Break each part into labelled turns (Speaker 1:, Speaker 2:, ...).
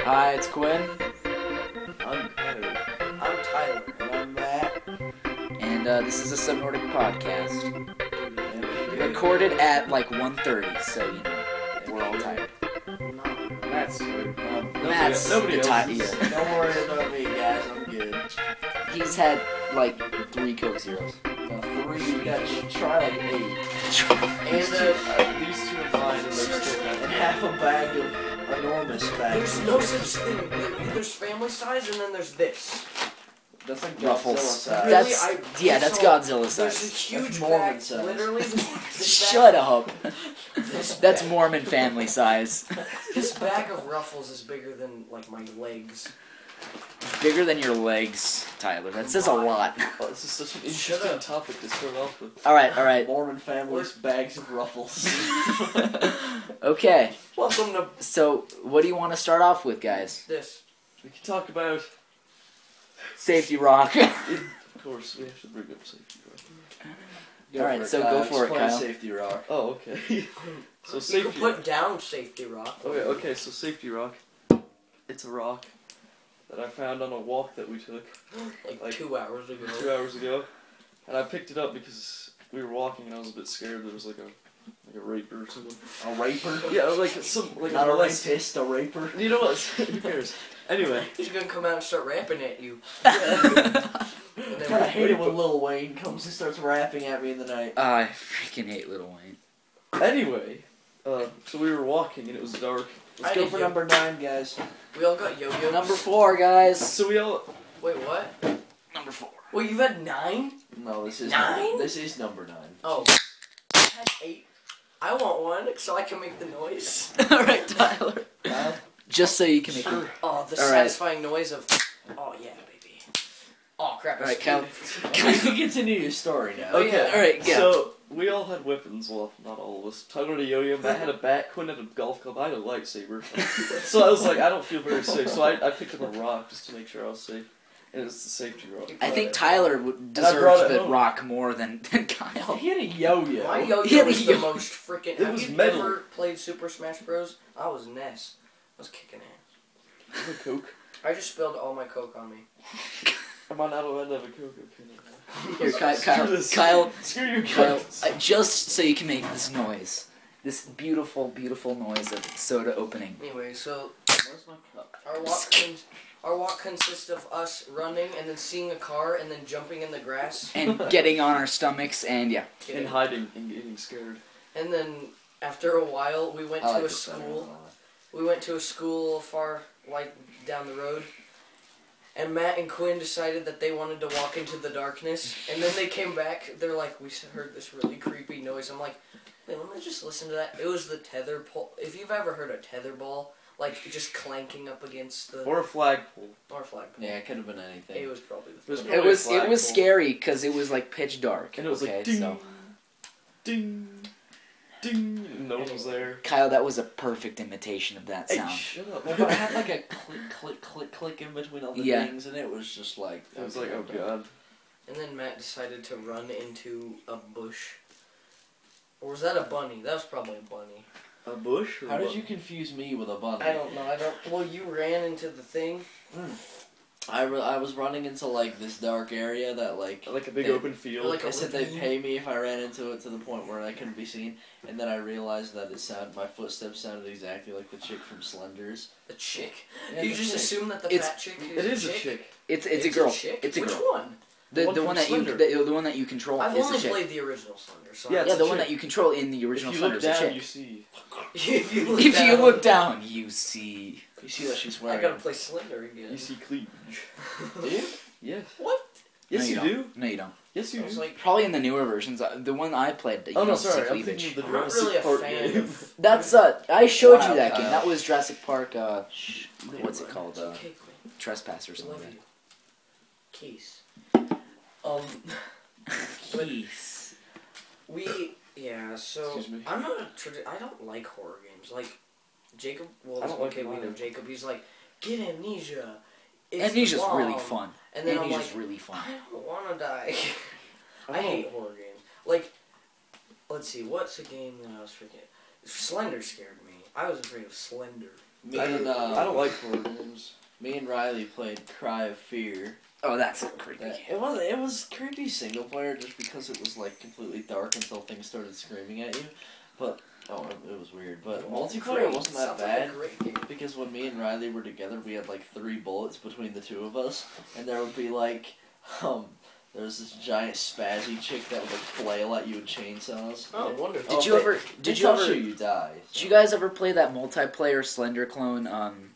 Speaker 1: Hi, it's Quinn,
Speaker 2: I'm Kyrie. I'm Tyler.
Speaker 3: And I'm Matt.
Speaker 1: and uh, this is a Subnordic podcast.
Speaker 3: And
Speaker 1: Recorded at like 1.30, so you know, we're all tired.
Speaker 3: That's good. Um,
Speaker 1: Matt's
Speaker 2: nobody else
Speaker 1: ti-
Speaker 2: is.
Speaker 1: yeah.
Speaker 3: don't worry about me, guys. I'm good.
Speaker 1: He's had like three Coke Zeros.
Speaker 3: Got three. You got to try like eight. And,
Speaker 2: These two,
Speaker 3: uh,
Speaker 2: uh, these two are fine, and they're still
Speaker 3: and
Speaker 2: bad.
Speaker 3: half a bag of enormous bags.
Speaker 4: There's no such thing. There- There's family size and then there's this.
Speaker 3: That's like
Speaker 1: Ruffles. uh,
Speaker 4: Really,
Speaker 1: That's,
Speaker 4: I-
Speaker 1: yeah, that's
Speaker 4: so-
Speaker 1: Godzilla
Speaker 4: There's a
Speaker 1: size.
Speaker 4: huge
Speaker 3: Mormon
Speaker 4: bag.
Speaker 3: size.
Speaker 4: Literally, this
Speaker 1: Shut
Speaker 4: bag,
Speaker 1: up.
Speaker 4: This
Speaker 1: That's
Speaker 4: bag,
Speaker 1: Mormon family size.
Speaker 4: This bag of ruffles is bigger than like my legs.
Speaker 1: Bigger than your legs, Tyler. That says a lot.
Speaker 2: Oh, this is such an
Speaker 4: Shut
Speaker 2: interesting
Speaker 4: up.
Speaker 2: topic to start off with.
Speaker 1: All right, all right.
Speaker 3: Mormon families, bags of ruffles.
Speaker 1: Okay,
Speaker 4: Welcome to
Speaker 1: so what do you want to start off with, guys?
Speaker 4: this.
Speaker 2: We can talk about,
Speaker 1: Safety rock.
Speaker 2: of course, we have to bring up safety. rock.
Speaker 3: Go
Speaker 1: Alright,
Speaker 3: for it,
Speaker 1: so
Speaker 3: Kyle.
Speaker 1: go for it,
Speaker 3: Explain
Speaker 1: Kyle.
Speaker 3: Safety rock.
Speaker 2: Oh, okay. so
Speaker 4: You can
Speaker 2: safety.
Speaker 4: put
Speaker 2: Rock.
Speaker 4: down safety rock.
Speaker 2: Okay, okay. So safety rock. It's a rock that I found on a walk that we took
Speaker 4: Like,
Speaker 2: Like-
Speaker 4: two hours ago.
Speaker 2: two
Speaker 3: Oh.
Speaker 2: hours ago, and I picked it up because we were walking and I was a bit scared. There was like a like a raper or something.
Speaker 3: A raper?
Speaker 2: Yeah, like some like
Speaker 3: Not
Speaker 2: a
Speaker 3: a
Speaker 2: molest-
Speaker 3: rapist, a raper.
Speaker 2: You know what? Who cares? Anyway,
Speaker 4: He's gonna come out and start rapping at you. And
Speaker 3: I kind of
Speaker 4: then
Speaker 3: hate it when Lil Wayne comes and starts rapping at me in the night.
Speaker 1: I freaking hate Little Wayne.
Speaker 2: anyway, uh, so we were walking and it was dark.
Speaker 3: Let's
Speaker 4: I
Speaker 3: go
Speaker 4: did
Speaker 3: for
Speaker 4: you-
Speaker 3: number nine, guys.
Speaker 4: we all got yo-yos.
Speaker 1: Number four, guys.
Speaker 2: So we all
Speaker 4: Wait, what?
Speaker 1: Number four.
Speaker 4: Wait, you've had nine?
Speaker 3: No, this is
Speaker 4: Nine?
Speaker 3: This is number nine.
Speaker 4: Oh. I had eight. I want one so I can make the noise.
Speaker 1: all right, Tyler.
Speaker 3: Kyle?
Speaker 1: Just so you can make.
Speaker 2: sure.
Speaker 4: Oh, the
Speaker 1: All right.
Speaker 4: satisfying noise of. Oh yeah, baby. Oh crap! I
Speaker 1: All right,
Speaker 4: screwed
Speaker 1: Cal.
Speaker 4: it.
Speaker 3: You can continue your story now.
Speaker 4: Oh, yeah.
Speaker 1: All right, yeah.
Speaker 2: So we all had weapons. Well, not all of us. Tyler had a yo-yo. Matt had a bat. Quinn had a golf club. I had a lightsaber. so I was like, I don't feel very safe. So I, I picked up a rock just to make sure I was safe. And it was the safety rock.
Speaker 1: I think Tyler would
Speaker 2: I brought
Speaker 1: deserves
Speaker 2: it
Speaker 1: the
Speaker 2: home.
Speaker 1: rock more than than Kyle.
Speaker 3: He had a yo-yo.
Speaker 4: My yo-yo
Speaker 1: Yeah,
Speaker 4: was
Speaker 1: yo-
Speaker 4: the most freaking.
Speaker 2: It
Speaker 4: Have
Speaker 2: was
Speaker 4: you
Speaker 2: metal.
Speaker 4: ever played Super Smash Bros? I was Ness. I was kicking ass.
Speaker 2: I have a coke.
Speaker 4: I just spilled all my coke on me.
Speaker 2: Am I not allowed to have a coke? Okay,
Speaker 1: Here, Kyle.
Speaker 2: Screw
Speaker 1: Uh, Kyle.
Speaker 2: this.
Speaker 1: Kyle.
Speaker 2: Screw you
Speaker 1: Kyle
Speaker 2: guys.
Speaker 1: uh, just so you can make this noise, this beautiful, beautiful noise of soda opening.
Speaker 4: Anyway, so
Speaker 3: Where's my cup?
Speaker 4: our walk con- our walk consists of us running and then seeing a car and then jumping in the grass.
Speaker 1: And getting on our stomachs, and yeah,
Speaker 4: Kidding.
Speaker 2: And hiding and getting scared.
Speaker 4: And then after a while, we went
Speaker 1: Oh,
Speaker 3: I like
Speaker 4: to a
Speaker 3: this better
Speaker 4: school.
Speaker 3: than that.
Speaker 4: We went to a school far like down the road. And Matt and Quinn decided that they wanted to walk into the darkness. And then they came back. They're like, we heard this really creepy noise. I'm like, wait, let me just listen to that. It was the tether pole. If you've ever heard a tether ball, like just clanking up against the
Speaker 2: Or a flagpole.
Speaker 4: or flag.
Speaker 3: Yeah, it could have been
Speaker 4: It
Speaker 3: anything.
Speaker 4: was probably the
Speaker 2: It was
Speaker 4: flag.
Speaker 1: it was it was
Speaker 2: Flagpole.
Speaker 1: scary because it was like pitch dark.
Speaker 2: And it was
Speaker 1: okay,
Speaker 2: like ding,
Speaker 1: so
Speaker 2: ding, ding. And no one was there.
Speaker 1: Kyle, that was a perfect imitation of that
Speaker 2: Hey,
Speaker 1: sound.
Speaker 2: shut up.
Speaker 3: Well, but I had like a click, click, click, click in between all the
Speaker 1: Yeah.
Speaker 3: things, and it was just like.
Speaker 2: I was like, oh god.
Speaker 4: And then Matt decided to run into a bush. Or was that a bunny? That was probably a bunny.
Speaker 2: A bush? Or
Speaker 3: How
Speaker 2: what?
Speaker 3: did you confuse me with a bunny?
Speaker 4: I don't know. I don't. Well, you ran into the thing.
Speaker 3: I, re- I was running into like this dark area that like.
Speaker 2: Like a big
Speaker 3: They-
Speaker 2: open field.
Speaker 4: like
Speaker 3: They
Speaker 4: a
Speaker 3: said they'd
Speaker 4: ravine.
Speaker 3: pay me if I ran into it to the point where I couldn't be seen, and then I realized that it sound my footsteps sounded exactly like the chick from Slenders.
Speaker 4: The chick.
Speaker 3: Yeah,
Speaker 4: you
Speaker 3: the
Speaker 4: just
Speaker 3: chick.
Speaker 4: assume that the
Speaker 1: It's-
Speaker 4: fat chick is
Speaker 2: it is
Speaker 4: a
Speaker 2: a
Speaker 4: chick?
Speaker 2: chick.
Speaker 1: It's it's, a girl.
Speaker 4: chick?
Speaker 1: It's a
Speaker 4: Which
Speaker 1: girl.
Speaker 4: one?
Speaker 1: The
Speaker 2: One
Speaker 1: the
Speaker 2: from
Speaker 1: one that
Speaker 2: Slender.
Speaker 1: you the, the one that you control
Speaker 4: I've
Speaker 1: is
Speaker 4: only
Speaker 1: a chick.
Speaker 4: played the original Slender. So
Speaker 2: Yeah,
Speaker 4: I
Speaker 2: it's
Speaker 1: yeah,
Speaker 4: don't
Speaker 1: the
Speaker 2: a
Speaker 1: one
Speaker 2: chick.
Speaker 1: that you control in the original
Speaker 2: If you
Speaker 1: Slender is
Speaker 2: look
Speaker 1: a
Speaker 2: down, you
Speaker 1: chick.
Speaker 2: see.
Speaker 4: if you look
Speaker 1: If
Speaker 4: down,
Speaker 1: you look down, you see.
Speaker 3: You see what she's
Speaker 4: I
Speaker 3: wearing?
Speaker 4: gotta play Slender again.
Speaker 2: You see cleavage.
Speaker 3: Do you?
Speaker 2: Yes.
Speaker 4: what?
Speaker 2: Yes, you
Speaker 1: no,
Speaker 2: do.
Speaker 1: No, you don't.
Speaker 2: Yes, you
Speaker 4: I was
Speaker 2: do.
Speaker 4: like,
Speaker 1: Probably in the newer versions. uh, The one I played, you
Speaker 2: Oh no,
Speaker 1: don't see
Speaker 2: sorry. I'm
Speaker 1: cleavage.
Speaker 2: thinking of the
Speaker 4: I'm not
Speaker 2: Jurassic
Speaker 4: really a
Speaker 2: Park
Speaker 4: fan
Speaker 2: game.
Speaker 4: of.
Speaker 1: That's uh, I showed
Speaker 3: Wow,
Speaker 1: you that game.
Speaker 3: Kyle.
Speaker 1: That was Jurassic Park. Uh, what's it called?
Speaker 4: It's
Speaker 1: Uh,
Speaker 4: okay, Quinn.
Speaker 1: Trespass or
Speaker 4: I love
Speaker 1: something.
Speaker 4: you. Keys. Um,
Speaker 1: Peace.
Speaker 4: we yeah. So
Speaker 2: Excuse me.
Speaker 4: I'm not a tradi- I don't like horror games. Like Jacob. Well,
Speaker 2: I don't like
Speaker 4: okay, we
Speaker 2: mine.
Speaker 4: know Jacob. He's like, get amnesia. It's
Speaker 1: Amnesia's really
Speaker 4: long."
Speaker 1: fun.
Speaker 4: And then I'm like,
Speaker 1: Amnesia's really fun.
Speaker 4: I don't want to die. I
Speaker 2: don't-
Speaker 4: hate horror games. Like, let's see, what's a game that I was freaking. Slender scared me. I was afraid of Slender.
Speaker 5: Me
Speaker 2: I,
Speaker 5: and
Speaker 2: don't,
Speaker 3: uh,
Speaker 5: um,
Speaker 2: I don't like horror games.
Speaker 5: me and Riley played Cry of Fear.
Speaker 1: Oh, that's creepy.
Speaker 5: That- it was it was creepy single player just because it was like completely dark until things started screaming at you. But oh, it, it was weird. But multiplayer
Speaker 4: Great.
Speaker 5: wasn't that
Speaker 4: Sounds like a
Speaker 5: bad.
Speaker 4: great game.
Speaker 5: Because when me and Riley were together, we had like three bullets between the two of us, and there would be like, um, there was this giant spazzy chick that would like flail at you with chainsaws.
Speaker 4: Oh,
Speaker 1: Did
Speaker 4: wonderful.
Speaker 5: Oh,
Speaker 1: you
Speaker 5: they-
Speaker 1: ever? Did
Speaker 5: It's
Speaker 1: you
Speaker 5: how
Speaker 1: ever?
Speaker 5: sure you die?
Speaker 1: Did you guys ever play that multiplayer Slender Clone um,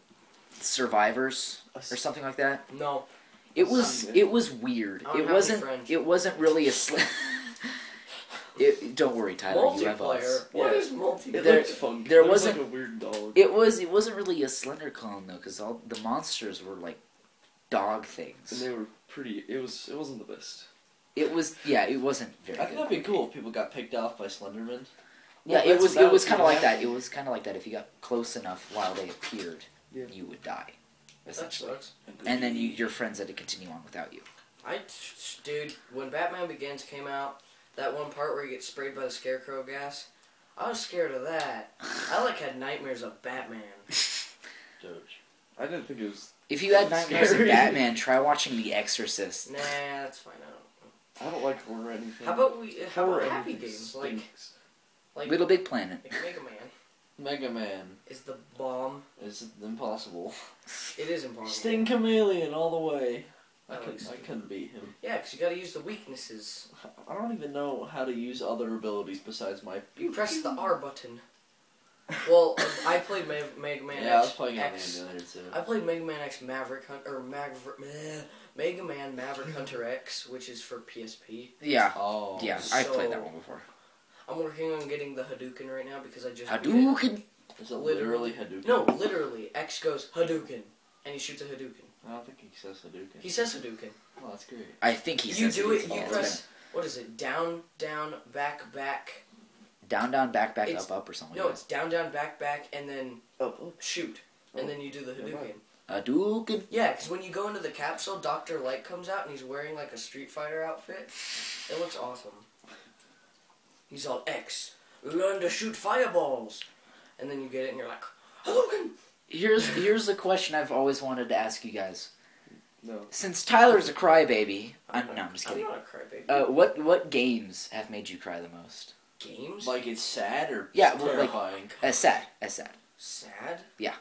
Speaker 1: Survivors or something like that?
Speaker 4: No.
Speaker 1: It was
Speaker 2: Slender.
Speaker 1: it was weird.
Speaker 4: I don't have
Speaker 1: It
Speaker 4: any
Speaker 1: wasn't
Speaker 4: friends.
Speaker 1: it wasn't really a. Sl- it, don't worry, Tyler. You have us.
Speaker 4: multiplayer. What
Speaker 2: Yeah.
Speaker 4: is multiplayer?
Speaker 2: It
Speaker 1: There-
Speaker 2: looked fun.
Speaker 1: there
Speaker 2: was
Speaker 1: wasn't-
Speaker 2: like a weird dog.
Speaker 1: It was it wasn't really a Slender Clone though, because all the monsters were like dog
Speaker 2: and
Speaker 1: things.
Speaker 2: they were pretty. It was. It wasn't the best.
Speaker 1: It was yeah, it wasn't very.
Speaker 5: I think
Speaker 1: good.
Speaker 5: that'd be cool if people got picked off by Slenderman.
Speaker 1: Yeah,
Speaker 2: Well,
Speaker 1: it
Speaker 2: that's-
Speaker 1: was
Speaker 2: that
Speaker 1: it was
Speaker 2: was
Speaker 1: kind of
Speaker 2: what
Speaker 1: like that. It
Speaker 2: happened.
Speaker 1: was kind of like that. If you got close enough while they appeared,
Speaker 2: Yeah.
Speaker 1: you would die,
Speaker 4: That
Speaker 1: essentially.
Speaker 4: sucks.
Speaker 1: And then you, your friends had to continue on without you.
Speaker 4: I, dude, when Batman Begins came out, that one part where he gets sprayed by the scarecrow gas, I was scared of that. I like had nightmares of Batman.
Speaker 5: Doge.
Speaker 2: I didn't think it was.
Speaker 1: If you had nightmares of
Speaker 2: Scary.
Speaker 1: Batman, try watching The Exorcist.
Speaker 4: Nah, that's fine. I don't.
Speaker 2: I don't like horror or anything.
Speaker 4: How about we? How
Speaker 2: Horror
Speaker 4: about happy
Speaker 2: anything
Speaker 4: games like
Speaker 2: stinks.
Speaker 4: like,
Speaker 1: Little Big Planet.
Speaker 4: like Mega Man
Speaker 5: Mega Man
Speaker 4: is the bomb.
Speaker 5: is impossible.
Speaker 4: It is impossible.
Speaker 5: Sting Chameleon all the way. I
Speaker 4: I like
Speaker 5: couldn't. I
Speaker 4: Sting.
Speaker 5: couldn't beat him.
Speaker 4: Yeah, 'cause you gotta use the weaknesses.
Speaker 5: I don't even know how to use other abilities besides my.
Speaker 4: You press the R button. Well, um, I played Ma- Mega Man
Speaker 5: Yeah, I was
Speaker 4: X.
Speaker 5: playing on the
Speaker 4: X.
Speaker 5: emulator too.
Speaker 4: I played Mega Man X Maverick Hunter or Maver- meh, Mega Man Maverick Hunter X, which is for PSP.
Speaker 1: Yeah,
Speaker 5: Oh.
Speaker 1: yeah, I played that one before.
Speaker 4: I'm working on getting the Hadouken right now because I just beat
Speaker 1: Hadouken.
Speaker 5: Is it literally Hadouken?
Speaker 4: it. No, literally, X goes Hadouken, and he shoots a Hadouken.
Speaker 5: I don't think he says Hadouken.
Speaker 4: He says Hadouken.
Speaker 5: Oh, that's great.
Speaker 1: I think he
Speaker 4: you
Speaker 1: says
Speaker 4: do it.
Speaker 1: Hadouken.
Speaker 4: You
Speaker 1: It's
Speaker 4: press what is it? Down, down, back, back.
Speaker 1: been down, down, back, back,
Speaker 4: It's-
Speaker 1: up, up, or something.
Speaker 4: No,
Speaker 1: like
Speaker 4: it's down, down, back, back, and then
Speaker 2: Oh, oh,
Speaker 4: shoot,
Speaker 2: Oh.
Speaker 4: and then you do the
Speaker 2: Never
Speaker 4: Hadouken.
Speaker 2: mind.
Speaker 1: that. Hadouken.
Speaker 4: Yeah, because when you go into the capsule, Doctor Light comes out and he's wearing like a Street Fighter outfit. It looks awesome. He's all X. Learn to shoot fireballs, and then you get it, and you're like, Hadouken.
Speaker 1: Here's here's the question I've always wanted to ask you guys.
Speaker 2: no.
Speaker 1: Since Tyler's a crybaby, I'm, no, I'm just kidding.
Speaker 4: not a crybaby.
Speaker 1: Uh, what what games have made you cry the most?
Speaker 4: Games
Speaker 5: Like it's sad or
Speaker 1: Yeah, well, like-
Speaker 5: terrifying.
Speaker 1: Uh, sad, uh, sad.
Speaker 4: sad. Oh,
Speaker 1: Yeah.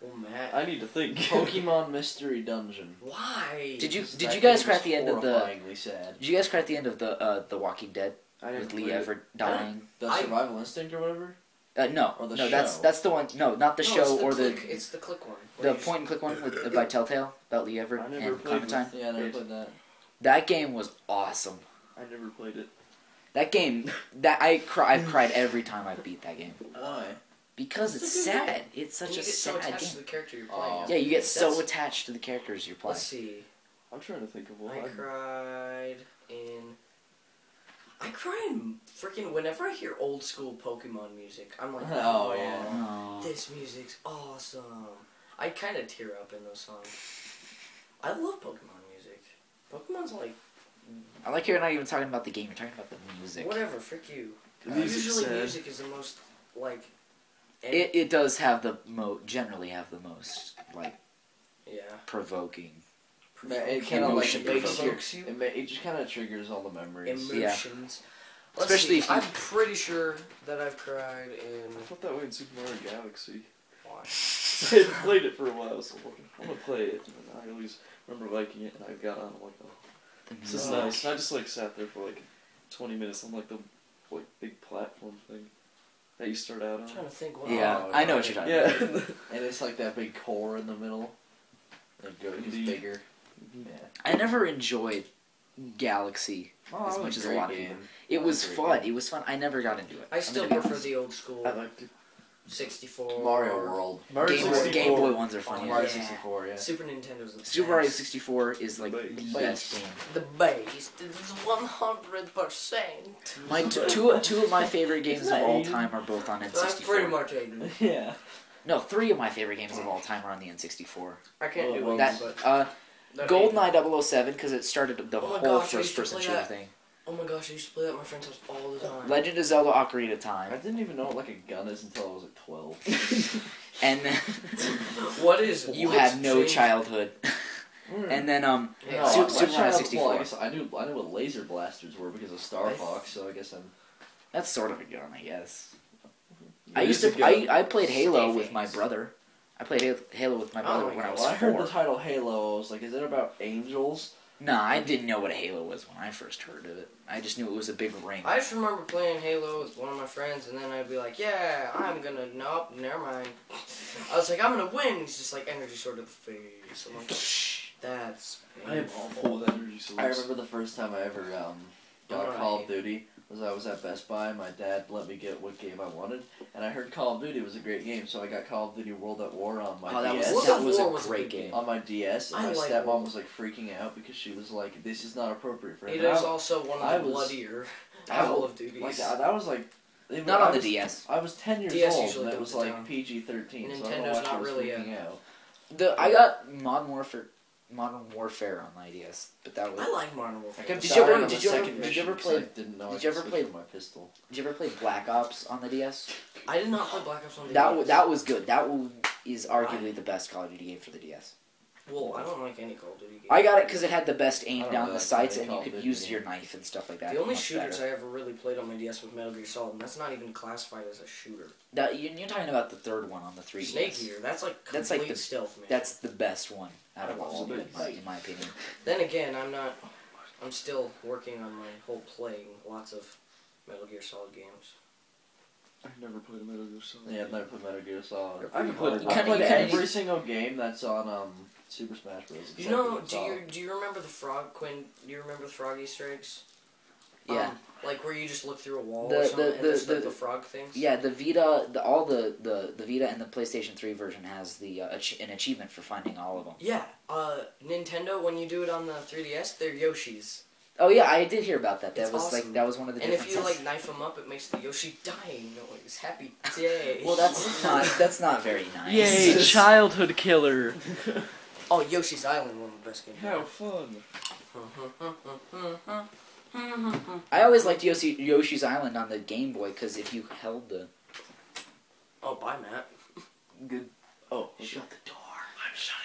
Speaker 4: Well, Matt,
Speaker 2: I need to think.
Speaker 5: Pokemon Mystery Dungeon.
Speaker 4: why?
Speaker 1: Did you
Speaker 5: Because
Speaker 1: did
Speaker 5: that
Speaker 1: you guys
Speaker 5: game
Speaker 1: cry
Speaker 5: was
Speaker 1: at the end of the?
Speaker 5: horrifyingly sad?
Speaker 1: Did you guys cry at the end of the uh, the Walking Dead
Speaker 2: I
Speaker 1: with
Speaker 2: didn't
Speaker 1: Lee
Speaker 2: play it.
Speaker 1: Everett dying?
Speaker 5: The
Speaker 4: I-
Speaker 5: Survival Instinct or whatever.
Speaker 1: Uh, no,
Speaker 5: Or the
Speaker 1: no, that's
Speaker 5: show.
Speaker 1: that's the one. No, not the
Speaker 4: No,
Speaker 1: show
Speaker 4: it's
Speaker 1: or the
Speaker 4: click, It's the click one. where
Speaker 1: the
Speaker 4: you just-
Speaker 1: point and click one with by Telltale about Lee Everett
Speaker 2: I never
Speaker 1: and
Speaker 2: played with-
Speaker 1: Clementine.
Speaker 5: Yeah, I never
Speaker 2: Wait.
Speaker 5: played that.
Speaker 1: That game was awesome.
Speaker 2: I never played it.
Speaker 1: That game that I cry, I've cried every time I beat that game
Speaker 5: Why?
Speaker 1: because
Speaker 4: It's
Speaker 1: it's
Speaker 4: a good game.
Speaker 1: sad. It's such
Speaker 4: and
Speaker 1: a
Speaker 4: you get so
Speaker 1: sad
Speaker 4: attached to
Speaker 1: game. Oh.
Speaker 4: the character you're
Speaker 5: Aw.
Speaker 4: playing.
Speaker 1: Yeah, you get so
Speaker 4: That's-
Speaker 1: attached to the characters you're playing.
Speaker 4: Let's see.
Speaker 2: I'm trying to think of one.
Speaker 4: I cried in. I cry in freaking whenever I hear old school Pokemon music. I'm like,
Speaker 5: Oh, yeah.
Speaker 1: Aw.
Speaker 4: this music's awesome. I kind of tear up in those songs. I love Pokemon music. Pokemon's like
Speaker 1: I like you're not even talking about the game. You're talking about the music.
Speaker 4: whatever. Frick you.
Speaker 2: The music's
Speaker 4: Usually,
Speaker 2: sad.
Speaker 4: music is the most like. en-
Speaker 1: It, it does have the mo generally have the most like
Speaker 4: yeah.
Speaker 1: provoking.
Speaker 5: Ma- It kind of like
Speaker 1: Emotion
Speaker 5: makes your,
Speaker 4: provokes you.
Speaker 5: it, ma- it just kind of triggers all the memories.
Speaker 1: Yeah.
Speaker 4: Emotions. Let's
Speaker 1: Especially
Speaker 4: see,
Speaker 1: if you-
Speaker 4: I'm pretty sure that I've cried in.
Speaker 2: I felt that way in Super Mario Galaxy.
Speaker 4: Why?
Speaker 2: I had played it for a while, so I'm gonna play it. And I always remember liking it, and I got on. I'm like, oh,
Speaker 1: The
Speaker 2: this is
Speaker 1: music.
Speaker 4: No.
Speaker 2: nice. And I just like sat there for like 20 minutes on like the like big platform thing that you start out
Speaker 4: I'm trying
Speaker 2: on.
Speaker 4: to think. What
Speaker 1: Yeah,
Speaker 5: Oh,
Speaker 1: I know what you're talking
Speaker 2: Yeah.
Speaker 1: about.
Speaker 5: And it's like that big core in the middle. It goes it's
Speaker 2: Indeed.
Speaker 5: bigger.
Speaker 2: Mhm.
Speaker 1: I never enjoyed Galaxy.
Speaker 5: Oh,
Speaker 1: As
Speaker 5: that was
Speaker 1: much as a
Speaker 5: great
Speaker 1: lot of
Speaker 5: game.
Speaker 1: It
Speaker 5: That
Speaker 1: was
Speaker 5: great
Speaker 1: fun.
Speaker 5: game.
Speaker 1: It was fun. I never got into it.
Speaker 4: I still
Speaker 1: I'm gonna be
Speaker 4: prefer
Speaker 1: honest.
Speaker 4: the old school
Speaker 2: I liked it.
Speaker 4: 64.
Speaker 5: Mario World.
Speaker 2: Mario
Speaker 1: Game Boy,
Speaker 2: 64.
Speaker 1: Game Boy ones are fun.
Speaker 4: Fun.
Speaker 1: Yeah.
Speaker 5: Mario
Speaker 4: Yeah.
Speaker 5: 64, yeah.
Speaker 4: Super Nintendo's the
Speaker 1: Super Mario
Speaker 4: best.
Speaker 1: 64 is like the
Speaker 2: Base.
Speaker 1: best game.
Speaker 4: The base is 100%.
Speaker 1: My t- two two of my favorite games of
Speaker 5: that
Speaker 1: all
Speaker 5: Aiden?
Speaker 1: time are both on
Speaker 4: That's pretty
Speaker 1: N64.
Speaker 4: much Aiden.
Speaker 5: yeah.
Speaker 1: No, three of my favorite games of all time are on the N64.
Speaker 4: I can't do
Speaker 5: Well,
Speaker 4: it,
Speaker 1: That
Speaker 4: but.
Speaker 1: uh,
Speaker 4: that Aiden.
Speaker 1: GoldenEye 007 because it started the
Speaker 4: Oh my
Speaker 1: whole
Speaker 4: gosh, I used
Speaker 1: first
Speaker 4: to
Speaker 1: person
Speaker 4: play
Speaker 1: shooter
Speaker 4: that.
Speaker 1: thing.
Speaker 4: Oh my gosh, I used to play that at my friend's house all the time.
Speaker 1: Legend of Zelda: Ocarina of Time.
Speaker 5: I didn't even know what like a gun is until I was like 12.
Speaker 1: and then
Speaker 4: What is
Speaker 1: you
Speaker 4: what's
Speaker 1: had no
Speaker 4: changed?
Speaker 1: childhood. And then um,
Speaker 3: Hmm. No,
Speaker 4: Su-
Speaker 3: I- I
Speaker 1: Super Mario
Speaker 3: tried- well,
Speaker 1: 64.
Speaker 3: I, guess I knew I knew what laser blasters were because of Star
Speaker 4: I-
Speaker 3: Fox, so I guess I'm.
Speaker 1: that's sort of a gun, I guess. I
Speaker 2: Years
Speaker 1: used to.
Speaker 2: ago.
Speaker 1: I, I played Halo
Speaker 4: Stay
Speaker 1: with my
Speaker 4: famous.
Speaker 1: brother. I played Halo- Halo with my
Speaker 4: Oh
Speaker 1: brother
Speaker 4: my
Speaker 1: when I
Speaker 4: God.
Speaker 1: was
Speaker 3: Well, I
Speaker 1: four.
Speaker 3: heard the title Halo. I was like, is it about angels?
Speaker 1: Nah, I didn't know what a Halo was when I first heard of it. I just knew it was a big ring.
Speaker 4: I just remember playing Halo with one of my friends, and then I'd be like, "Yeah, I'm gonna nope, never mind." I was like, "I'm gonna win." He's just like energy sword to the face. I'm like, "That's
Speaker 2: I am full of energy source.
Speaker 3: I remember the first time I ever um, got
Speaker 4: Alright.
Speaker 3: Call of Duty was I was at Best Buy. My dad let me get what game I wanted, and I heard Call of Duty was a great game, so I got Call of Duty World at War on my
Speaker 1: oh, that was
Speaker 3: DS.
Speaker 4: World
Speaker 1: that
Speaker 4: of
Speaker 1: was a
Speaker 4: War was a
Speaker 1: great
Speaker 4: good
Speaker 1: game.
Speaker 4: game.
Speaker 3: on my DS, and
Speaker 4: I
Speaker 3: my
Speaker 4: like
Speaker 3: stepmom
Speaker 4: World.
Speaker 3: was like freaking out because she was like, "This is not appropriate for him."
Speaker 4: It
Speaker 3: And I-
Speaker 4: is also one
Speaker 3: I
Speaker 4: of the
Speaker 3: was-
Speaker 4: bloodier
Speaker 3: I was-
Speaker 4: Call of Duties.
Speaker 3: like that. That was like it was-
Speaker 1: Not
Speaker 3: I
Speaker 1: on the
Speaker 3: was-
Speaker 1: DS.
Speaker 3: I was ten years
Speaker 4: DS
Speaker 3: old,
Speaker 4: usually
Speaker 3: and it
Speaker 4: dumped
Speaker 3: was
Speaker 4: it
Speaker 3: like
Speaker 4: down.
Speaker 3: PG thirteen. so I don't know
Speaker 4: Nintendo's
Speaker 3: why she
Speaker 4: not
Speaker 3: was
Speaker 4: really a-
Speaker 3: freaking out.
Speaker 1: The I got Modern Warfare, Modern Warfare on my DS, but that was.
Speaker 4: I like Modern Warfare.
Speaker 3: I kept
Speaker 1: Did you
Speaker 3: dying
Speaker 1: ever-
Speaker 3: on the
Speaker 1: did you ever-
Speaker 3: second
Speaker 1: did you ever
Speaker 3: mission 'cause I
Speaker 1: play-
Speaker 3: Didn't know I
Speaker 1: did you
Speaker 3: could
Speaker 1: ever
Speaker 3: switch
Speaker 1: play-
Speaker 3: with my pistol.
Speaker 1: Did you ever play Black Ops on the DS?
Speaker 4: I did not play Black Ops on the
Speaker 1: That
Speaker 4: DS.
Speaker 1: w- that was good. That w- is arguably the best Call of Duty game for the DS.
Speaker 4: Well, I don't like any Call of Duty game.
Speaker 1: I got it because it had the best
Speaker 3: I
Speaker 1: aim
Speaker 3: don't
Speaker 1: down
Speaker 3: really
Speaker 1: the sights,
Speaker 3: play
Speaker 1: and you
Speaker 3: Call of
Speaker 1: could
Speaker 3: Duty
Speaker 1: use
Speaker 3: games.
Speaker 1: your knife and stuff like that.
Speaker 4: the only
Speaker 1: much
Speaker 4: shooters
Speaker 1: better.
Speaker 4: I ever really played on my DS was Metal Gear Solid, and that's not even classified as a shooter.
Speaker 1: That you- you're talking about the third one on the three.
Speaker 4: Snake Eater, that's like complete
Speaker 1: That's like the-
Speaker 4: stealth, man.
Speaker 1: That's the best one out of
Speaker 2: I
Speaker 1: all of them,
Speaker 2: love
Speaker 1: in my, in my opinion.
Speaker 4: Then again, I'm not. I'm still working on my whole playing lots of Metal Gear Solid games.
Speaker 2: I've never played a Metal Gear Solid.
Speaker 3: Yeah, I've never played Metal Gear Solid.
Speaker 2: I haven't played
Speaker 1: You
Speaker 2: a
Speaker 1: can
Speaker 2: lot.
Speaker 3: I
Speaker 1: Kinda
Speaker 3: played
Speaker 1: like
Speaker 3: every
Speaker 1: any-
Speaker 3: single game that's on um, Super Smash Bros.
Speaker 4: You
Speaker 3: except
Speaker 4: know,
Speaker 3: for
Speaker 4: do you
Speaker 3: Solid.
Speaker 4: do you remember the frog Quinn? Do you remember the frog Easter eggs?
Speaker 1: Yeah,
Speaker 4: Um, like where you just look through a wall
Speaker 1: The-
Speaker 4: or
Speaker 1: the-
Speaker 4: something and
Speaker 1: the-
Speaker 4: there's like
Speaker 1: the-
Speaker 4: the frog things.
Speaker 1: yeah. The Vita, the, all the, the the Vita and the PlayStation Three version has the uh, ach- an achievement for finding all of them.
Speaker 4: Yeah. Uh, Nintendo when you do it on the 3DS, they're Yoshi's,
Speaker 1: Oh yeah, I did hear about that. That
Speaker 4: It's
Speaker 1: was like
Speaker 4: awesome.
Speaker 1: that was one of the
Speaker 4: and if
Speaker 1: differences.
Speaker 4: you like knife them up, it makes the Yoshi dying noise. Happy
Speaker 1: well,
Speaker 4: day.
Speaker 1: that's not that's not very nice.
Speaker 2: Yay, childhood killer.
Speaker 4: Oh, Yoshi's Island, one of the best games.
Speaker 2: How fun.
Speaker 1: I always liked Yoshi, Yoshi's Island on the Game Boy because if you held the
Speaker 4: Oh, bye, Matt.
Speaker 1: good
Speaker 2: Oh,
Speaker 1: shut the door.
Speaker 2: I'm shutting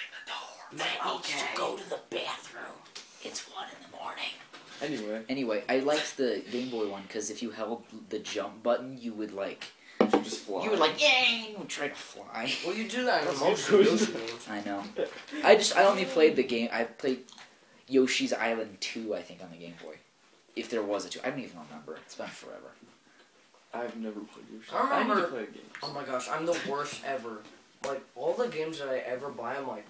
Speaker 2: the
Speaker 4: Matt needs
Speaker 1: Okay.
Speaker 4: to Oh, go to the bathroom.
Speaker 1: It's one in the morning.
Speaker 2: door. Anyway,
Speaker 1: Anyway, I liked the Game Boy one because if you held the jump button, you would like
Speaker 2: you just fly.
Speaker 1: you would like yay, you would try to fly.
Speaker 4: Well, you do that in
Speaker 2: That's
Speaker 4: most
Speaker 2: good.
Speaker 4: Yoshi games.
Speaker 1: I know. I just I only played the game. I played Yoshi's Island two, I think, on the Game Boy. If there was a two, I don't even remember. It's been forever.
Speaker 2: I've never played Gear
Speaker 4: I
Speaker 2: Solid. I, need to
Speaker 4: remember-
Speaker 2: play a game.
Speaker 4: Oh my gosh, I'm the worst ever. Like all the games that I ever buy, I'm like,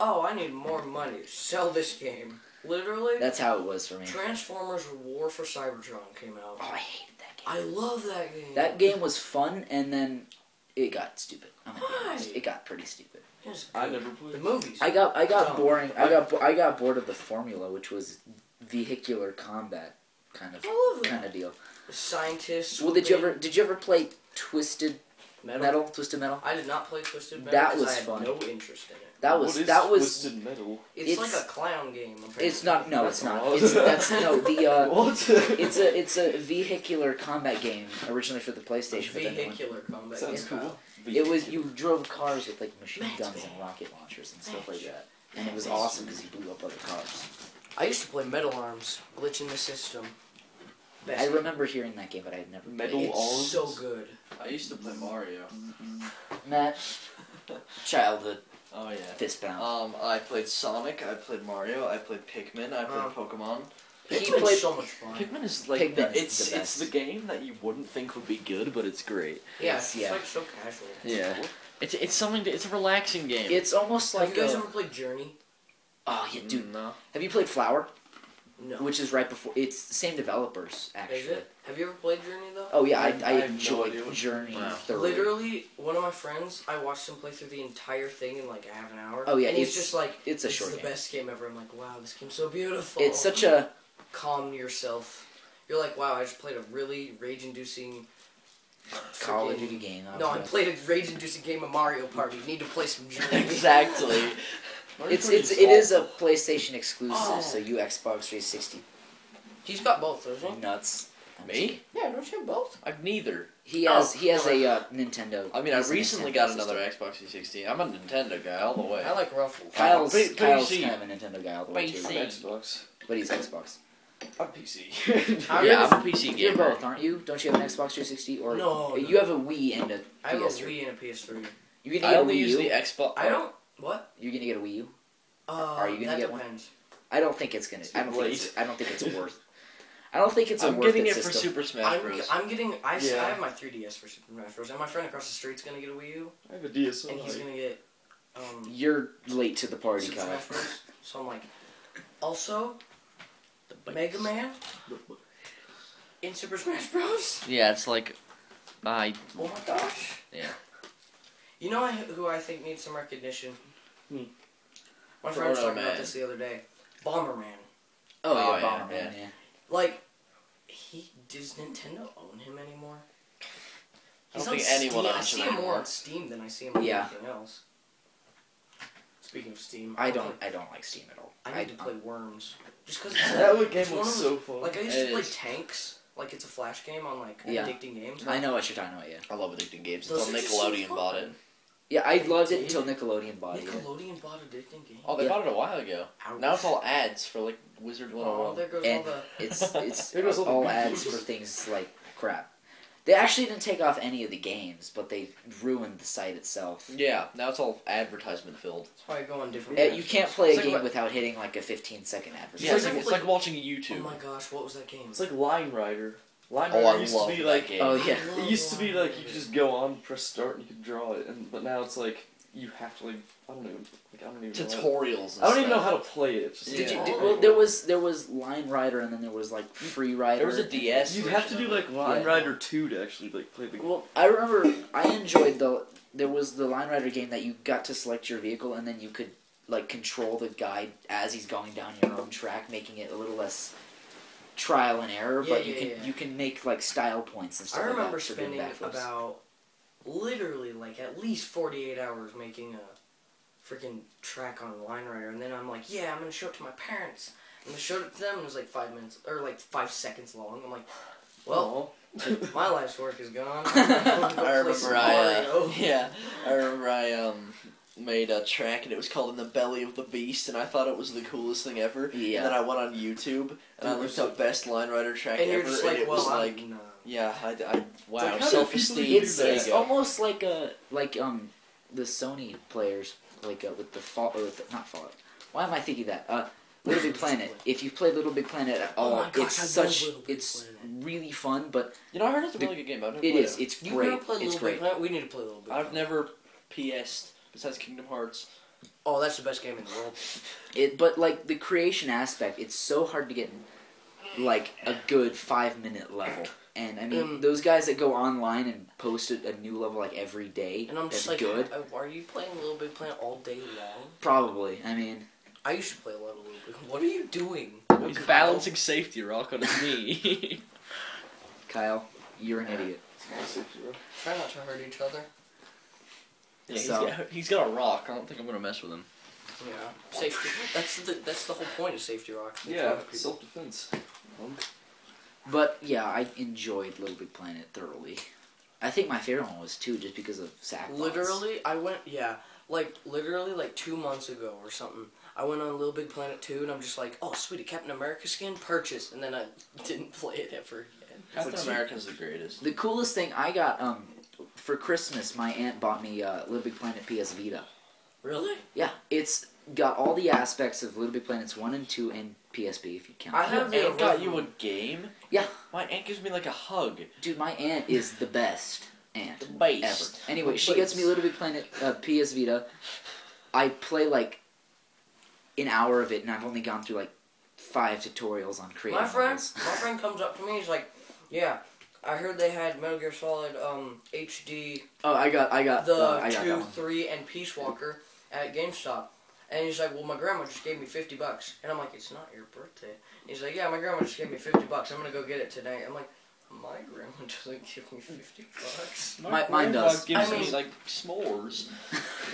Speaker 4: oh, I need more money. Sell this game. Literally,
Speaker 1: That's how it was for me.
Speaker 4: Transformers: War for Cybertron came
Speaker 1: Oh,
Speaker 4: out.
Speaker 1: I hated that game.
Speaker 4: I love that game.
Speaker 1: That game was fun, and then it got stupid. I'm gonna be honest.
Speaker 4: Why?
Speaker 1: It got pretty stupid.
Speaker 4: It was
Speaker 2: I
Speaker 4: good.
Speaker 2: never played
Speaker 4: the movies.
Speaker 1: I got I got
Speaker 4: Dumb.
Speaker 1: boring. I got bo- I got bored of the formula, which was vehicular combat kind of
Speaker 4: I love it.
Speaker 1: kind of deal.
Speaker 4: The scientists.
Speaker 1: Well, did you
Speaker 4: made
Speaker 1: ever did you ever play Twisted
Speaker 4: metal?
Speaker 1: Metal? Twisted Metal.
Speaker 4: I did not play Twisted Metal.
Speaker 1: That
Speaker 4: 'cause
Speaker 1: was
Speaker 4: I had
Speaker 1: fun.
Speaker 4: No interest in it.
Speaker 1: That was
Speaker 2: What is
Speaker 1: that was.
Speaker 2: Twisted Metal?
Speaker 4: It's,
Speaker 1: It's-
Speaker 4: like a clown game. Apparently.
Speaker 1: It's not. No, it's
Speaker 2: That's
Speaker 1: not.
Speaker 2: all.
Speaker 1: It's that's no the. Uh,
Speaker 2: what?
Speaker 1: It's a it's a vehicular combat game originally for the PlayStation. But then they went-
Speaker 4: Vehicular combat.
Speaker 2: Sounds
Speaker 4: game.
Speaker 2: cool.
Speaker 1: it was you drove cars with like machine
Speaker 4: Match
Speaker 1: guns
Speaker 4: me.
Speaker 1: and rocket launchers and stuff like
Speaker 4: Match.
Speaker 1: that, and it was
Speaker 4: Match.
Speaker 1: awesome because you blew up other cars.
Speaker 4: I used to play Metal Arms. Glitch in the system. Best
Speaker 1: I
Speaker 4: game.
Speaker 1: remember hearing that game, but I never played
Speaker 2: Metal
Speaker 1: it.
Speaker 2: Arms.
Speaker 4: It's so good.
Speaker 3: I used to play Mario.
Speaker 1: Matt, childhood
Speaker 3: Oh yeah.
Speaker 1: fist
Speaker 4: Uh,
Speaker 1: bound.
Speaker 3: Um, I played Sonic. I played Mario. I played Pikmin. I played
Speaker 4: Um,
Speaker 3: Pokemon.
Speaker 1: He
Speaker 4: Pikmin's
Speaker 1: played-
Speaker 4: so much fun.
Speaker 3: Pikmin is like
Speaker 1: Pikmin
Speaker 3: the-
Speaker 1: is
Speaker 3: it's
Speaker 1: the
Speaker 3: it's the
Speaker 1: best.
Speaker 3: game that you wouldn't think would be good, but it's great.
Speaker 4: Yeah,
Speaker 1: Yes,
Speaker 4: it's
Speaker 1: yeah.
Speaker 4: like so casual.
Speaker 3: Yeah. It's it's something. To, it's a relaxing game.
Speaker 1: it's almost
Speaker 4: Have
Speaker 1: like
Speaker 4: you guys
Speaker 1: a-
Speaker 4: ever played Journey?
Speaker 1: oh yeah, dude.
Speaker 3: No.
Speaker 1: Have you played Flower?
Speaker 4: No.
Speaker 1: Which is right before. It's the same developers actually.
Speaker 4: is it? Have you ever played Journey though?
Speaker 1: Oh yeah, I,
Speaker 3: I-
Speaker 1: I,
Speaker 3: I have no
Speaker 1: enjoyed
Speaker 3: idea what-
Speaker 1: Journey
Speaker 3: Wow.
Speaker 1: thoroughly.
Speaker 4: Literally, one of my friends, I watched him play through the entire thing in like a half an hour.
Speaker 1: Oh, yeah,
Speaker 4: and he's
Speaker 1: it's-
Speaker 4: just like,
Speaker 1: it's a
Speaker 4: "This is
Speaker 1: short
Speaker 4: the
Speaker 1: game.
Speaker 4: best game ever." I'm like, "Wow, this game's so beautiful."
Speaker 1: It's such a
Speaker 4: calm yourself. You're like, "Wow, I just played a really rage-inducing."
Speaker 1: Call of
Speaker 4: freaking-
Speaker 1: Duty game. I
Speaker 4: No, I
Speaker 1: was like-
Speaker 4: played a rage-inducing game of Mario Party. You need to play some Journey.
Speaker 3: Exactly.
Speaker 1: It's it's it is a PlayStation exclusive,
Speaker 4: Oh.
Speaker 1: so you Xbox 360
Speaker 4: He's got both, doesn't he?
Speaker 1: nuts.
Speaker 5: Me?
Speaker 4: Yeah, don't you have both?
Speaker 5: I've neither.
Speaker 1: He has
Speaker 4: Oh,
Speaker 1: he has a
Speaker 4: alright.
Speaker 1: uh, Nintendo.
Speaker 5: I mean,
Speaker 1: he
Speaker 5: I
Speaker 1: has a
Speaker 5: recently
Speaker 1: Nintendo
Speaker 5: got
Speaker 1: system.
Speaker 5: another Xbox 360. I'm a Nintendo guy all the way.
Speaker 4: I like Ruffles.
Speaker 1: Kyle's,
Speaker 5: P-
Speaker 1: Kyle's
Speaker 5: PC.
Speaker 1: kind of a Nintendo guy all the way
Speaker 2: I'm
Speaker 1: too,
Speaker 5: PC.
Speaker 2: Xbox.
Speaker 1: but he's Xbox.
Speaker 2: I'm PC.
Speaker 4: I'm
Speaker 5: yeah,
Speaker 4: gonna-
Speaker 5: I'm a PC
Speaker 1: You're
Speaker 5: gamer.
Speaker 1: both, aren't you? Don't you have an Xbox 360 or
Speaker 4: No,
Speaker 1: you
Speaker 4: no.
Speaker 1: have a Wii and a
Speaker 4: I have a
Speaker 1: PS3?
Speaker 4: Wii and a PS3.
Speaker 1: You're gonna
Speaker 5: I
Speaker 1: get a
Speaker 5: only
Speaker 1: Wii
Speaker 5: use
Speaker 1: U.
Speaker 5: the Xbox.
Speaker 4: I don't. What?
Speaker 1: You're gonna get a Wii U.
Speaker 4: Uh,
Speaker 1: Are you gonna
Speaker 4: that
Speaker 1: get one?
Speaker 4: depends.
Speaker 1: I don't think it's gonna. I don't think. It's, I don't think it's worth. I don't think it's a
Speaker 5: I'm
Speaker 1: worth
Speaker 5: getting
Speaker 1: it
Speaker 5: it for
Speaker 1: system.
Speaker 5: Super Smash
Speaker 4: I'm,
Speaker 5: Bros.
Speaker 4: I'm getting. I, s- I
Speaker 2: Yeah.
Speaker 4: have my 3DS for Super Smash Bros. And my friend across the street's gonna get a Wii U,
Speaker 2: I have a DSLR.
Speaker 4: and he's gonna get um
Speaker 1: You're late to the party,
Speaker 4: Super
Speaker 1: Kyle.
Speaker 4: Smash Bros. So I'm like, also Mega Man in Super Smash Bros.
Speaker 5: Yeah, it's like, I
Speaker 4: Oh my gosh.
Speaker 5: Yeah.
Speaker 4: You know I- who I think needs some recognition?
Speaker 2: Hmm.
Speaker 4: My friend was
Speaker 5: Proto
Speaker 4: talking about
Speaker 5: Man.
Speaker 4: this the other day. Bomberman.
Speaker 1: Oh,
Speaker 5: Oh,
Speaker 1: yeah,
Speaker 5: yeah,
Speaker 1: Bomberman.
Speaker 5: yeah.
Speaker 1: yeah.
Speaker 4: Like, he does Nintendo own him anymore?
Speaker 5: I don't
Speaker 4: He's on
Speaker 5: think anyone
Speaker 4: Steam. I
Speaker 5: owns
Speaker 4: see
Speaker 5: him
Speaker 4: him more
Speaker 5: anymore.
Speaker 4: on Steam than I see him on
Speaker 1: Yeah.
Speaker 4: anything else. Speaking of Steam,
Speaker 1: I don't. I don't like Steam at all.
Speaker 4: I need to play Worms just because
Speaker 2: That one game
Speaker 4: It's one
Speaker 2: was
Speaker 4: of
Speaker 2: so fun.
Speaker 4: like I used
Speaker 5: It
Speaker 4: to play
Speaker 5: is.
Speaker 4: Tanks. Like it's a flash game on like
Speaker 1: Yeah.
Speaker 4: addicting games.
Speaker 1: I know what you're talking about. Yeah.
Speaker 5: I love addicting games.
Speaker 4: Those
Speaker 5: Until
Speaker 4: are just so
Speaker 5: Nickelodeon
Speaker 4: fun.
Speaker 5: bought it.
Speaker 1: Yeah, I loved it until Nickelodeon bought it.
Speaker 4: Nickelodeon bought addicting games.
Speaker 5: Oh, they
Speaker 1: Yeah.
Speaker 5: bought it a while ago.
Speaker 4: Ouch.
Speaker 5: Oh, Now it's all ads for like Wizard
Speaker 4: Oh,
Speaker 5: 101.
Speaker 4: there goes
Speaker 1: And
Speaker 4: all the.
Speaker 1: It's it's
Speaker 2: There goes all the
Speaker 1: all
Speaker 2: good
Speaker 1: ads for
Speaker 2: games.
Speaker 1: things like crap. They actually didn't take off any of the games, but they ruined the site itself.
Speaker 5: yeah, now it's all advertisement filled.
Speaker 4: That's why I go on different.
Speaker 1: Uh, You can't play
Speaker 5: It's
Speaker 1: a
Speaker 5: like
Speaker 1: game
Speaker 5: what-
Speaker 1: without hitting like a 15 second
Speaker 5: Yeah,
Speaker 1: advertisement.
Speaker 5: it's like, it's like watching YouTube.
Speaker 4: Oh my gosh, what was that game?
Speaker 2: It's like Line Rider. Line
Speaker 5: Oh,
Speaker 2: Rider
Speaker 5: I
Speaker 2: used
Speaker 5: love
Speaker 2: to be
Speaker 5: that
Speaker 2: like
Speaker 5: game.
Speaker 1: Oh
Speaker 4: I
Speaker 1: yeah.
Speaker 4: love
Speaker 2: it used to be
Speaker 4: Line
Speaker 2: like you
Speaker 4: Rider.
Speaker 2: could just go on, press start, and you could draw it, and but now it's like you have to like I don't know, like I don't even know. how-
Speaker 5: Tutorials. And
Speaker 2: I don't even know
Speaker 5: stuff.
Speaker 2: how to play it. It's just-
Speaker 1: Did you,
Speaker 5: Yeah. Mm.
Speaker 1: did, well, there was there was Line Rider and then there was like Free Rider.
Speaker 5: There was a DS.
Speaker 2: You'd have to do like Line
Speaker 1: Yeah.
Speaker 2: Rider two to actually like play the.
Speaker 1: Well, I remember I enjoyed the there was the Line Rider game that you got to select your vehicle and then you could like control the guy as he's going down your own track, making it a little less trial and error.
Speaker 4: Yeah,
Speaker 1: but you
Speaker 4: yeah,
Speaker 1: can
Speaker 4: yeah.
Speaker 1: you can make like style points and stuff.
Speaker 4: I remember
Speaker 1: like that for doing
Speaker 4: spending
Speaker 1: backflips.
Speaker 4: about literally like at least 48 hours making a freaking track on Line Rider, and then I'm like, yeah, I'm gonna show it to my parents. I'm gonna show it to them, and it was like five minutes or like five seconds long. I'm like, well, my life's work is gone.
Speaker 5: I remember I, uh,
Speaker 4: Mario.
Speaker 5: yeah, I remember I um made a track and it was called "In the Belly of the Beast" and I thought it was the coolest thing ever.
Speaker 1: Yeah.
Speaker 5: And then I went on YouTube and I
Speaker 2: Dude,
Speaker 5: looked
Speaker 2: so-
Speaker 5: up best line rider track
Speaker 4: and
Speaker 5: ever,
Speaker 4: you're just
Speaker 5: and
Speaker 4: like,
Speaker 5: it
Speaker 4: well,
Speaker 5: was
Speaker 4: I'm
Speaker 5: like,
Speaker 4: not.
Speaker 5: yeah, I, I wow,
Speaker 2: how do people
Speaker 5: self-esteem.
Speaker 2: even
Speaker 1: it's
Speaker 2: do that?
Speaker 5: there you
Speaker 1: it's
Speaker 5: go.
Speaker 1: almost like a like um the Sony players like uh, with the fall or with the, not Fallout. Why am I thinking that? Uh, Little Big Planet. If you've played Little Big Planet at all,
Speaker 4: Oh my gosh,
Speaker 1: it's
Speaker 4: I love
Speaker 1: such
Speaker 4: Little Big
Speaker 1: it's
Speaker 4: Planet.
Speaker 1: really fun, but
Speaker 5: You know, I heard it's a
Speaker 1: The-
Speaker 5: really good game. But I've never
Speaker 1: it
Speaker 5: played
Speaker 1: is
Speaker 5: It.
Speaker 1: it's
Speaker 4: You
Speaker 1: great.
Speaker 4: gotta play
Speaker 1: it's
Speaker 4: Little
Speaker 1: great.
Speaker 4: Big Planet. We need to play Little Big
Speaker 5: I've
Speaker 4: Planet.
Speaker 5: never PS'd besides Kingdom Hearts.
Speaker 4: Oh, that's the best game in the world.
Speaker 1: It, but like the creation aspect, it's so hard to get like a good five minute level. And I mean,
Speaker 4: Um,
Speaker 1: those guys that go online and post a, a new level like every day,
Speaker 4: And I'm
Speaker 1: that's
Speaker 4: just like,
Speaker 1: good.
Speaker 4: "Uh, are you playing Little Big Planet all day long?
Speaker 1: Probably. I mean,
Speaker 4: I used to play a lot of Little Big. What are you doing?
Speaker 5: He's balancing safety rock on his knee.
Speaker 1: Kyle, you're an idiot.
Speaker 4: Try not to hurt each other.
Speaker 5: yeah, he's
Speaker 1: So-
Speaker 5: got, he's got a rock. I don't think I'm gonna mess with him.
Speaker 4: Yeah. Safety. That's the that's the whole point of safety rock.
Speaker 2: Yeah, self defense.
Speaker 1: But yeah, I enjoyed Little Big Planet thoroughly. I think my favorite one was two, just because of Sackbox.
Speaker 4: Literally, I went. Yeah, like literally, like two months ago or something. I went on Little Big Planet two, and I'm just like, oh sweetie, Captain America skin purchase, and then I didn't play it ever again.
Speaker 5: Captain
Speaker 2: like-
Speaker 5: America's the greatest.
Speaker 1: The coolest thing I got um for Christmas, my aunt bought me uh, Little Big Planet PS Vita.
Speaker 4: Really?
Speaker 1: Yeah, it's got all the aspects of Little Big Planets one and two and PSP if you count.
Speaker 4: I have-
Speaker 5: Your
Speaker 4: the
Speaker 5: aunt got
Speaker 4: original.
Speaker 5: you a game.
Speaker 1: Yeah.
Speaker 5: My aunt gives me like a hug.
Speaker 1: Dude, my aunt is the best aunt
Speaker 5: The
Speaker 1: ever.
Speaker 5: base.
Speaker 1: Anyway, she
Speaker 4: Please.
Speaker 1: gets me Little Big Planet uh, PS Vita. I play like an hour of it, and I've only gone through like five tutorials on creating
Speaker 4: My friend,
Speaker 1: levels.
Speaker 4: my friend comes up to me. He's like, yeah. I heard they had Metal Gear Solid um, HD
Speaker 1: Oh, I got, I got,
Speaker 4: the
Speaker 1: uh, I got that
Speaker 4: two,
Speaker 1: one.
Speaker 4: three, and Peace Walker at GameStop. And he's like, well, my grandma just gave me 50 bucks. And I'm like, it's not your birthday. He's like, yeah, my grandma just gave me 50 bucks. I'm going to go get it today. I'm like, my grandma doesn't give me 50 bucks.
Speaker 1: My- mine
Speaker 2: grandpa
Speaker 1: does.
Speaker 2: Gives
Speaker 4: I
Speaker 5: me
Speaker 4: mean-
Speaker 5: like s'mores.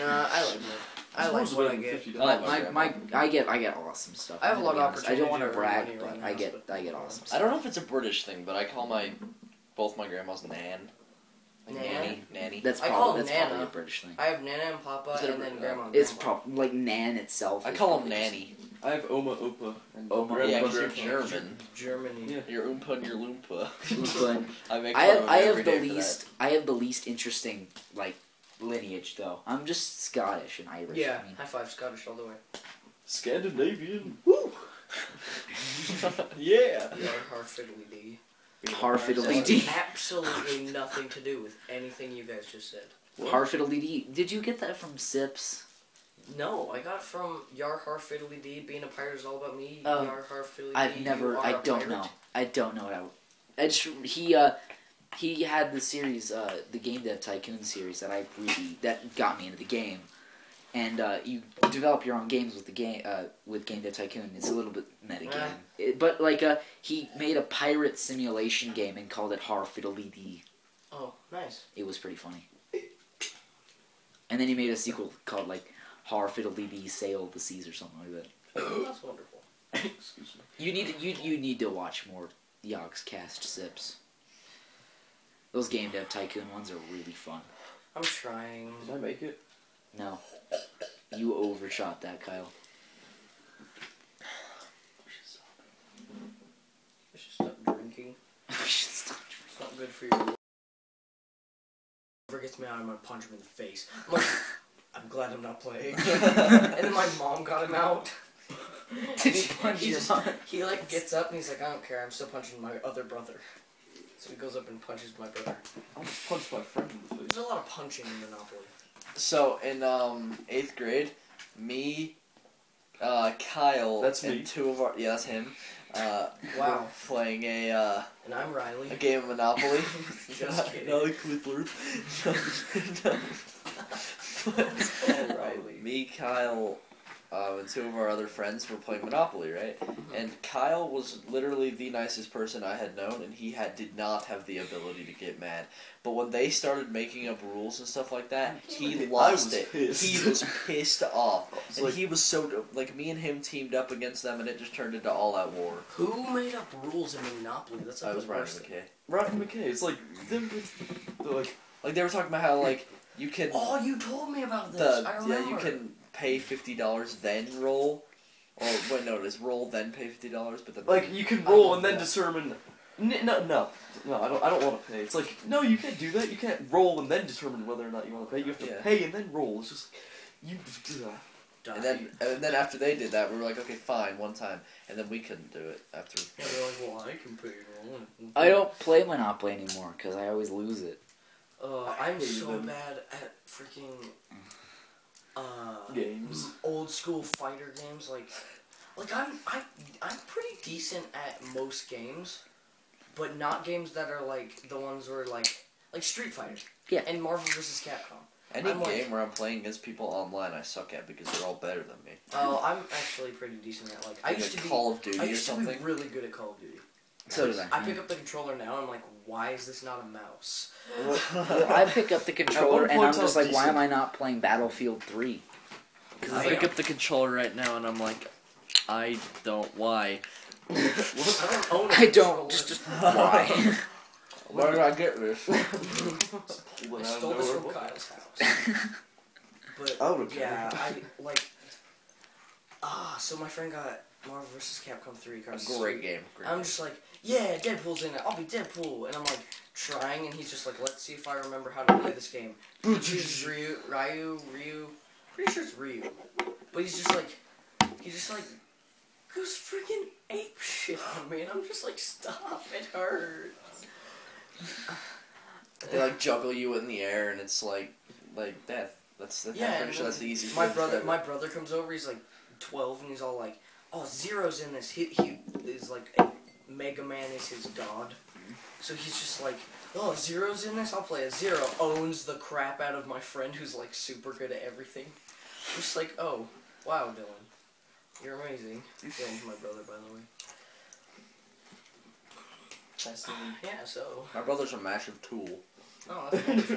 Speaker 4: Nah, I like that. I like
Speaker 2: Suppose
Speaker 4: what I
Speaker 2: within
Speaker 4: get.
Speaker 2: $50
Speaker 1: Uh,
Speaker 2: I
Speaker 1: my,
Speaker 2: got
Speaker 1: my,
Speaker 2: one.
Speaker 1: I get I get awesome stuff.
Speaker 4: Oh, I have a
Speaker 1: I'm
Speaker 4: lot of
Speaker 1: gonna be honest. I don't want to
Speaker 4: opportunities where
Speaker 1: brag,
Speaker 4: money
Speaker 1: but
Speaker 4: right now,
Speaker 1: I get
Speaker 4: but-
Speaker 1: I get awesome stuff.
Speaker 5: I don't know if it's a British thing, but I call my both my grandmas Nan. Like
Speaker 4: Nan?
Speaker 5: nanny, nanny.
Speaker 1: That's
Speaker 4: I
Speaker 1: probably
Speaker 4: call
Speaker 1: that's
Speaker 4: Nana.
Speaker 1: probably a British thing.
Speaker 4: I have Nana and Papa,
Speaker 5: Is it a
Speaker 4: and then
Speaker 5: Brit-
Speaker 4: Grandma. And
Speaker 1: It's
Speaker 4: Grandpa.
Speaker 1: probably like Nan itself.
Speaker 5: I
Speaker 1: is
Speaker 5: call them
Speaker 1: probably just-
Speaker 5: nanny.
Speaker 2: I have Oma Opa. And
Speaker 1: Oma
Speaker 2: Grandma
Speaker 5: yeah, 'cause
Speaker 2: Grandpa.
Speaker 5: you're German.
Speaker 4: Germany.
Speaker 2: Yeah.
Speaker 5: You're oompa and you're loompa.
Speaker 1: But
Speaker 5: I make
Speaker 1: I
Speaker 5: fun
Speaker 1: have
Speaker 5: of
Speaker 1: I have
Speaker 5: every
Speaker 1: the
Speaker 5: day for that.
Speaker 1: least I have the least interesting like lineage though. I'm just Scottish and Irish.
Speaker 4: Yeah,
Speaker 1: I mean,
Speaker 4: high five Scottish all the way.
Speaker 2: Scandinavian. Woo! yeah.
Speaker 4: Yeah, hard fiddly dee.
Speaker 1: har fiddly
Speaker 4: This
Speaker 1: dee.
Speaker 4: has absolutely nothing to do with anything you guys just said.
Speaker 1: Har fiddly dee. Did you get that from Sips?
Speaker 4: No, I got it from Yar Har Fiddly Dee. Being a pirate is all about me.
Speaker 1: Oh,
Speaker 4: Yar Har Fiddly Dee.
Speaker 1: I've
Speaker 4: you
Speaker 1: never.
Speaker 4: are
Speaker 1: I
Speaker 4: a
Speaker 1: don't
Speaker 4: pirate.
Speaker 1: know. I don't know what I. would- I just he uh he had the series uh the game dev tycoon series that I really that got me into the game, and uh, you develop your own games with the game uh with game dev tycoon. It's a little bit meta game,
Speaker 4: Ah.
Speaker 1: It- but like uh he made a pirate simulation game and called it Har Fiddly Dee.
Speaker 4: Oh, nice.
Speaker 1: It was pretty funny. And then he made a sequel called like Har Fiddly Dee Sail the Seas or something like that.
Speaker 4: That's wonderful.
Speaker 2: Excuse me.
Speaker 1: You need to, you you need to watch more Yogg's cast sips. Those game dev tycoon ones are really fun.
Speaker 4: I'm trying.
Speaker 2: Did I make it?
Speaker 1: No, you overshot that, Kyle.
Speaker 4: I should stop drinking.
Speaker 1: Stop.
Speaker 4: It's not good for you. Whoever gets me out, I'm gonna punch him in the face. I'm like, I'm glad I'm not playing. and then my mom got him out.
Speaker 1: Did you punch
Speaker 4: He
Speaker 1: your
Speaker 4: just-
Speaker 1: mom?
Speaker 4: He like gets up and he's like, I don't care. I'm still punching my other brother. So he goes up and punches my brother.
Speaker 2: I almost punched my friend in the face.
Speaker 4: There's a lot of punching in Monopoly.
Speaker 5: So in um eighth grade, me, uh, Kyle,
Speaker 2: That's
Speaker 5: and
Speaker 2: me.
Speaker 5: two of our yeah, that's him. Uh,
Speaker 4: Wow.
Speaker 5: playing a uh,
Speaker 4: And I'm Riley.
Speaker 5: a game of Monopoly.
Speaker 4: Just kidding.
Speaker 5: Another But, um, me, Kyle, uh, and two of our other friends were playing Monopoly, right? And Kyle was literally the nicest person I had known, and he had did not have the ability to get mad. But when they started making up rules and stuff like that, he
Speaker 2: I
Speaker 5: lost
Speaker 2: was
Speaker 5: it.
Speaker 2: pissed.
Speaker 5: He was pissed off,
Speaker 2: It's
Speaker 5: and
Speaker 2: like-
Speaker 5: he was so like me and him teamed up against them, and it just turned into all out war.
Speaker 4: Who made up rules in Monopoly? That's like
Speaker 5: I was
Speaker 4: the
Speaker 5: Ryan
Speaker 4: worst thing.
Speaker 5: McKay.
Speaker 2: Ryan McKay. It's like them. They're like
Speaker 5: Like they were talking about how like you can
Speaker 4: Oh, you told me about this. I
Speaker 5: the yeah
Speaker 4: remember.
Speaker 5: you can pay fifty dollars then roll, or wait no it is roll then pay fifty dollars but then
Speaker 2: like you can
Speaker 5: I
Speaker 2: roll
Speaker 5: love
Speaker 2: and then
Speaker 5: that.
Speaker 2: determine. N- no, no, no. I don't. I don't want to pay. It's like no, you can't do that. You can't roll and then determine whether or not you want to pay. You have to
Speaker 5: Yeah.
Speaker 2: pay and then roll. It's just you. ugh.
Speaker 4: Die.
Speaker 5: and then and then after they did that we were like okay fine one time and then we couldn't do it after
Speaker 4: Yeah, they're like, well, I can put you on.
Speaker 1: I don't play Monopoly anymore because I always lose it.
Speaker 4: Uh,
Speaker 2: I
Speaker 4: I'm
Speaker 2: hate
Speaker 4: so
Speaker 2: them.
Speaker 4: bad at freaking uh
Speaker 2: games.
Speaker 4: old school fighter games. Like, like I'm I I'm pretty decent at most games, but not games that are like the ones where like like Street Fighter.
Speaker 1: Yeah.
Speaker 4: And Marvel vs. Capcom.
Speaker 5: any
Speaker 4: I'm like-
Speaker 5: game where I'm playing against people online I suck at because they're all better than me.
Speaker 4: Oh, I'm actually pretty decent at like I
Speaker 5: Like
Speaker 4: used
Speaker 5: a
Speaker 4: to be.
Speaker 5: Call of Duty
Speaker 4: I
Speaker 5: or
Speaker 4: used to be
Speaker 5: something.
Speaker 4: really good at Call of Duty.
Speaker 1: So did I.
Speaker 4: I pick up the controller now. I'm like, why is this not a mouse?
Speaker 1: Well, I pick up the controller and
Speaker 2: point,
Speaker 1: I'm
Speaker 2: I
Speaker 1: just
Speaker 2: was
Speaker 1: like, why am
Speaker 2: decent.
Speaker 1: I not playing Battlefield Three?
Speaker 4: I pick
Speaker 3: up the controller right now and I'm like, I don't why.
Speaker 4: I don't own. a
Speaker 1: I don't.
Speaker 4: controller.
Speaker 1: Just, just why?
Speaker 5: Where did I get this?
Speaker 4: I stole this from Kyle's house. But
Speaker 2: I would've
Speaker 4: yeah, I like. Ah, so my friend got Marvel vs. Capcom three
Speaker 5: A
Speaker 4: cards.
Speaker 5: great game. Great
Speaker 4: I'm
Speaker 5: game.
Speaker 4: just like, yeah, Deadpool's in it. I'll be Deadpool, and I'm like trying, and he's just like, let's see if I remember how to play this game. He chooses Ryu, Ryu, Ryu. Pretty sure it's Ryu, but he's just like, he just like goes freaking ape shit on me, and I'm just like, stop, it hurts.
Speaker 5: They like juggle you in the air and it's like like death. That's, that's
Speaker 4: Yeah,
Speaker 5: I'm pretty
Speaker 4: and
Speaker 5: sure that's the easiest.
Speaker 4: My
Speaker 5: way to
Speaker 4: brother,
Speaker 5: describe
Speaker 4: my
Speaker 5: it.
Speaker 4: brother comes over. He's like twelve, and he's all like, "Oh, Zero's in this. He he is like a Mega Man is his god."
Speaker 5: Mm-hmm.
Speaker 4: So he's just like, "Oh, Zero's in this. I'll play a Zero." Owns the crap out of my friend, who's like super good at everything. I'm just like, "Oh, wow, Dylan, you're amazing." Dylan's my brother, by the way.
Speaker 2: Fascinating.
Speaker 4: Yeah. So,
Speaker 5: my brother's a massive tool.
Speaker 4: oh, that's wonderful.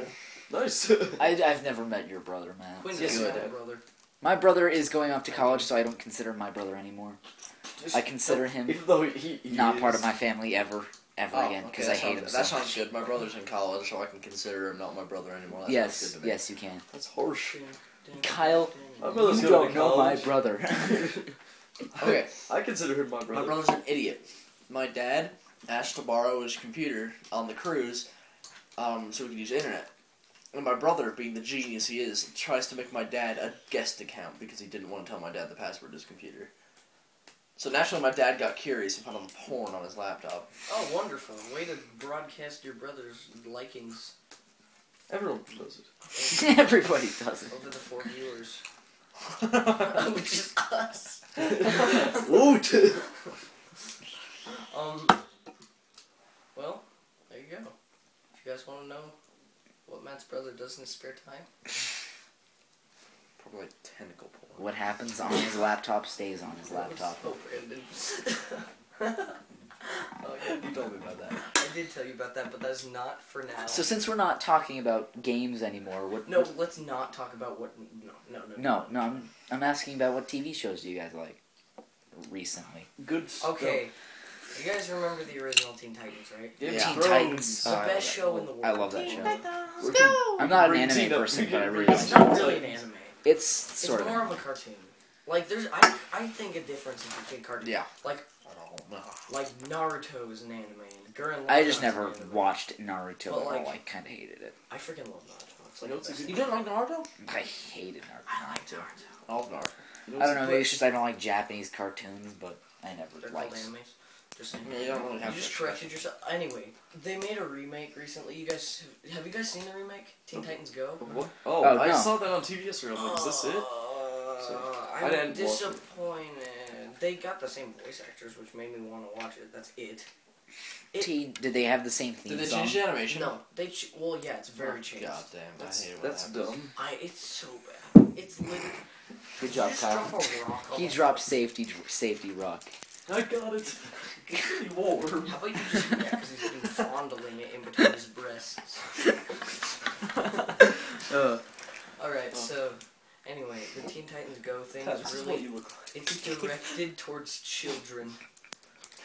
Speaker 2: Nice.
Speaker 1: I, I've never met your brother, man.
Speaker 4: Quinn
Speaker 5: Yeah,
Speaker 4: is
Speaker 5: good.
Speaker 4: my brother.
Speaker 1: My brother is going off to college, so I don't consider him my brother anymore. I consider him
Speaker 2: Even though he, he
Speaker 1: not
Speaker 2: is-
Speaker 1: part of my family ever, ever
Speaker 5: Oh,
Speaker 1: again
Speaker 5: okay,
Speaker 1: because
Speaker 5: that
Speaker 1: I hate
Speaker 5: sounds-
Speaker 1: him.
Speaker 5: That
Speaker 1: so.
Speaker 5: sounds good. My brother's in college, so I can consider him not my brother anymore. That sounds
Speaker 1: yes,
Speaker 5: good to me.
Speaker 1: yes, you can.
Speaker 2: That's harsh.
Speaker 1: Kyle-
Speaker 5: uh,
Speaker 2: My brother's
Speaker 1: You don't
Speaker 2: going to
Speaker 1: know my
Speaker 2: college.
Speaker 1: brother.
Speaker 5: Okay,
Speaker 2: I consider him my brother.
Speaker 5: My brother's an idiot. My dad asked to borrow his computer on the cruise um, so we could use the internet. And my brother, being the genius he is, tries to make my dad a guest account because he didn't want to tell my dad the password to his computer. So naturally, my dad got curious and found all the porn on his laptop.
Speaker 4: Oh, wonderful. Way to broadcast your brother's likings
Speaker 2: Everyone does it.
Speaker 1: Everybody does it.
Speaker 4: over the four viewers.
Speaker 5: Ooh,
Speaker 4: Which is us.
Speaker 5: dude.
Speaker 4: Um, well, there you go. If you guys want to know what Matt's brother does in his spare time,
Speaker 5: Probably tentacle porn.
Speaker 1: What happens on his laptop stays on his laptop.
Speaker 4: Oh, Brandon. oh, yeah.
Speaker 5: You told me about that.
Speaker 4: I did tell you about that, but that's not for now.
Speaker 1: So since we're not talking about games anymore, what?
Speaker 4: no,
Speaker 1: what-
Speaker 4: let's not talk about what. No, no,
Speaker 1: no,
Speaker 4: no.
Speaker 1: no. I'm, I'm asking about what TV shows do you guys like recently?
Speaker 2: Good stuff.
Speaker 4: Okay. You guys remember the original Teen Titans, right?
Speaker 2: Game
Speaker 5: Yeah.
Speaker 1: Teen
Speaker 2: of Thrones.
Speaker 1: Titans.
Speaker 4: It's
Speaker 1: Oh, I
Speaker 4: the
Speaker 1: love
Speaker 4: best
Speaker 1: that.
Speaker 4: show in the world.
Speaker 1: I love that show.
Speaker 2: We can-
Speaker 1: I'm not an
Speaker 2: Bring
Speaker 1: anime
Speaker 2: Tina-
Speaker 1: person,
Speaker 2: we
Speaker 1: but I
Speaker 2: can
Speaker 1: really
Speaker 2: bring
Speaker 1: like
Speaker 4: It's
Speaker 1: it.
Speaker 4: not really an anime.
Speaker 1: It's
Speaker 4: It's
Speaker 1: sort of.
Speaker 4: more of a cartoon. Like there's, I, I think a difference is between cartoon.
Speaker 5: Yeah.
Speaker 4: Like
Speaker 5: I don't know.
Speaker 4: like Naruto is an anime and Gurren.
Speaker 1: I just
Speaker 4: Lagann's
Speaker 1: never
Speaker 4: an anime.
Speaker 1: watched Naruto
Speaker 4: But,
Speaker 1: at all.
Speaker 4: like-
Speaker 1: I kind of hated it.
Speaker 4: I freaking love Naruto. It's like
Speaker 2: You know
Speaker 4: the
Speaker 2: what's a
Speaker 4: best
Speaker 2: good-
Speaker 5: You
Speaker 4: thing.
Speaker 5: don't like Naruto?
Speaker 1: I hated Naruto.
Speaker 4: I like Naruto.
Speaker 5: I love Naruto.
Speaker 2: You
Speaker 1: I
Speaker 2: know,
Speaker 1: don't know. Maybe it's just I don't like Japanese cartoons, but I
Speaker 4: They're
Speaker 1: never
Speaker 4: called
Speaker 1: liked.
Speaker 4: animes. Just saying.
Speaker 5: Yeah, you don't really
Speaker 4: You
Speaker 5: have
Speaker 4: just
Speaker 5: to.
Speaker 4: corrected yourself. Anyway, they made a remake recently. You guys, have you guys seen the remake? Teen
Speaker 1: Mm-hmm.
Speaker 4: Titans Go.
Speaker 2: What? Oh,
Speaker 1: Oh,
Speaker 2: I
Speaker 1: no.
Speaker 2: saw that on TBS real quick. Is this it?
Speaker 4: Uh,
Speaker 2: I
Speaker 4: I'm
Speaker 2: didn't watch it.
Speaker 4: disappointed. They got the same voice actors, which made me want to watch it. That's it. It-
Speaker 1: Teen- Did they have the same theme
Speaker 5: Did they
Speaker 1: song?
Speaker 5: change the animation?
Speaker 4: No, they. Ch- well, yeah, it's
Speaker 2: Oh,
Speaker 4: very changed.
Speaker 5: God damn,
Speaker 2: That's,
Speaker 5: I hate it when
Speaker 2: that's
Speaker 5: that happens.
Speaker 2: dumb.
Speaker 4: I. It's so bad. It's literally.
Speaker 1: Good job,
Speaker 4: just
Speaker 1: Kyle.
Speaker 4: Drop a rock on
Speaker 1: He
Speaker 4: the-
Speaker 1: dropped safety dr- safety rock.
Speaker 2: I got it. It's pretty warm.
Speaker 4: How about you just yeah, because he's been fondling it in between his breasts.
Speaker 2: Uh,
Speaker 4: All right,
Speaker 2: Oh.
Speaker 4: so anyway, the Teen Titans Go thing
Speaker 2: God, this
Speaker 4: is
Speaker 2: is what
Speaker 4: really
Speaker 2: you look like.
Speaker 4: it's directed towards children.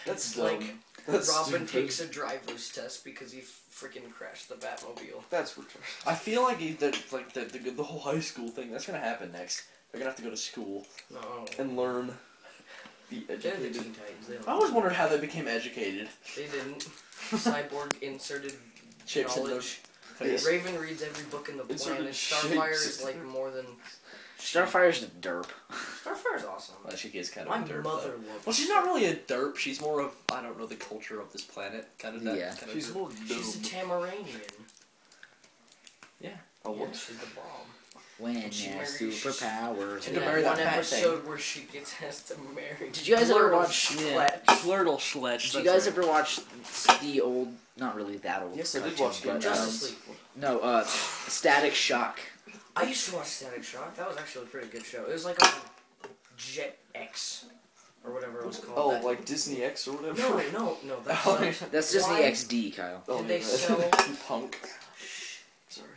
Speaker 2: That's
Speaker 4: It's
Speaker 2: dumb.
Speaker 4: like
Speaker 2: That's
Speaker 4: Robin
Speaker 2: stupid.
Speaker 4: takes a driver's test because he freaking crashed the Batmobile.
Speaker 2: That's retarded.
Speaker 5: I feel like he- that, like the, the the whole high school thing. That's gonna happen next. They're gonna have to go to school.
Speaker 4: No,
Speaker 2: And learn. Be
Speaker 4: they're the
Speaker 2: educated.
Speaker 4: Teen Titans. They, don't-
Speaker 5: I always wondered how they became educated.
Speaker 4: they didn't. Cyborg inserted
Speaker 5: Chips in their
Speaker 4: knowledge.
Speaker 5: face.
Speaker 4: Raven reads every book in the
Speaker 2: Inserted
Speaker 4: planet. Starfire
Speaker 2: shapes.
Speaker 4: is like more than
Speaker 1: Starfire's the derp.
Speaker 4: Starfire's awesome.
Speaker 5: Well, she is kind of
Speaker 4: My
Speaker 5: a derp.
Speaker 4: mother
Speaker 5: though.
Speaker 4: loves.
Speaker 5: Well, she's not really a derp. She's more of I don't know the culture of this planet. Kind of that.
Speaker 1: Yeah.
Speaker 5: Kind of
Speaker 2: She's
Speaker 5: derp.
Speaker 2: more
Speaker 4: She's a
Speaker 2: dumb.
Speaker 4: Tamaranian.
Speaker 2: Oh,
Speaker 4: Yeah,
Speaker 2: what?
Speaker 4: she's the bomb.
Speaker 1: When your
Speaker 4: She married-
Speaker 1: superpowers.
Speaker 5: She
Speaker 4: And
Speaker 5: to
Speaker 4: that
Speaker 5: marry
Speaker 4: one
Speaker 5: that fat
Speaker 4: episode where she gets has to marry.
Speaker 1: Did you guys ever
Speaker 4: Blurtle
Speaker 1: watch-
Speaker 4: Schlatt.
Speaker 5: Flirtle schledge.
Speaker 1: Did you guys ever watch the old? Not really that old.
Speaker 2: Yes, I did
Speaker 1: cartoon,
Speaker 2: watch Game
Speaker 1: but,
Speaker 2: of
Speaker 1: um,
Speaker 4: Justice
Speaker 2: Thrones.
Speaker 4: League.
Speaker 1: No, uh, Static Shock.
Speaker 4: I used to watch Static Shock. That was actually a pretty good show. It was like on Jet X or whatever it was called.
Speaker 2: Oh,
Speaker 4: that.
Speaker 2: like Disney X or whatever?
Speaker 4: no, no, no. That's
Speaker 5: Oh,
Speaker 4: not-
Speaker 1: That's Disney
Speaker 4: Why?
Speaker 1: XD, Kyle.
Speaker 2: Oh,
Speaker 4: Did they
Speaker 2: yeah.
Speaker 4: sell-
Speaker 5: You punk.
Speaker 2: Sorry.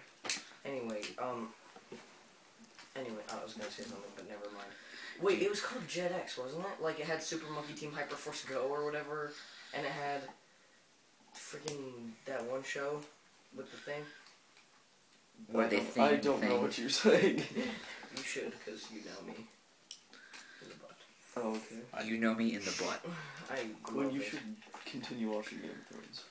Speaker 4: anyway. Um. Anyway, I was gonna say something, but never mind. Wait, it was called Jet X, wasn't it? Like it had Super Monkey Team Hyperforce Go or whatever, and it had freaking that one show with the thing.
Speaker 1: Where
Speaker 2: I
Speaker 1: they
Speaker 2: don't-
Speaker 1: think.
Speaker 2: I don't know
Speaker 1: think.
Speaker 2: what you're saying.
Speaker 4: You should, because you know me. In the butt.
Speaker 2: oh, okay.
Speaker 1: Uh, You know me in the butt.
Speaker 4: I
Speaker 2: When
Speaker 4: love
Speaker 2: you
Speaker 4: it.
Speaker 2: should continue watching Game of Thrones.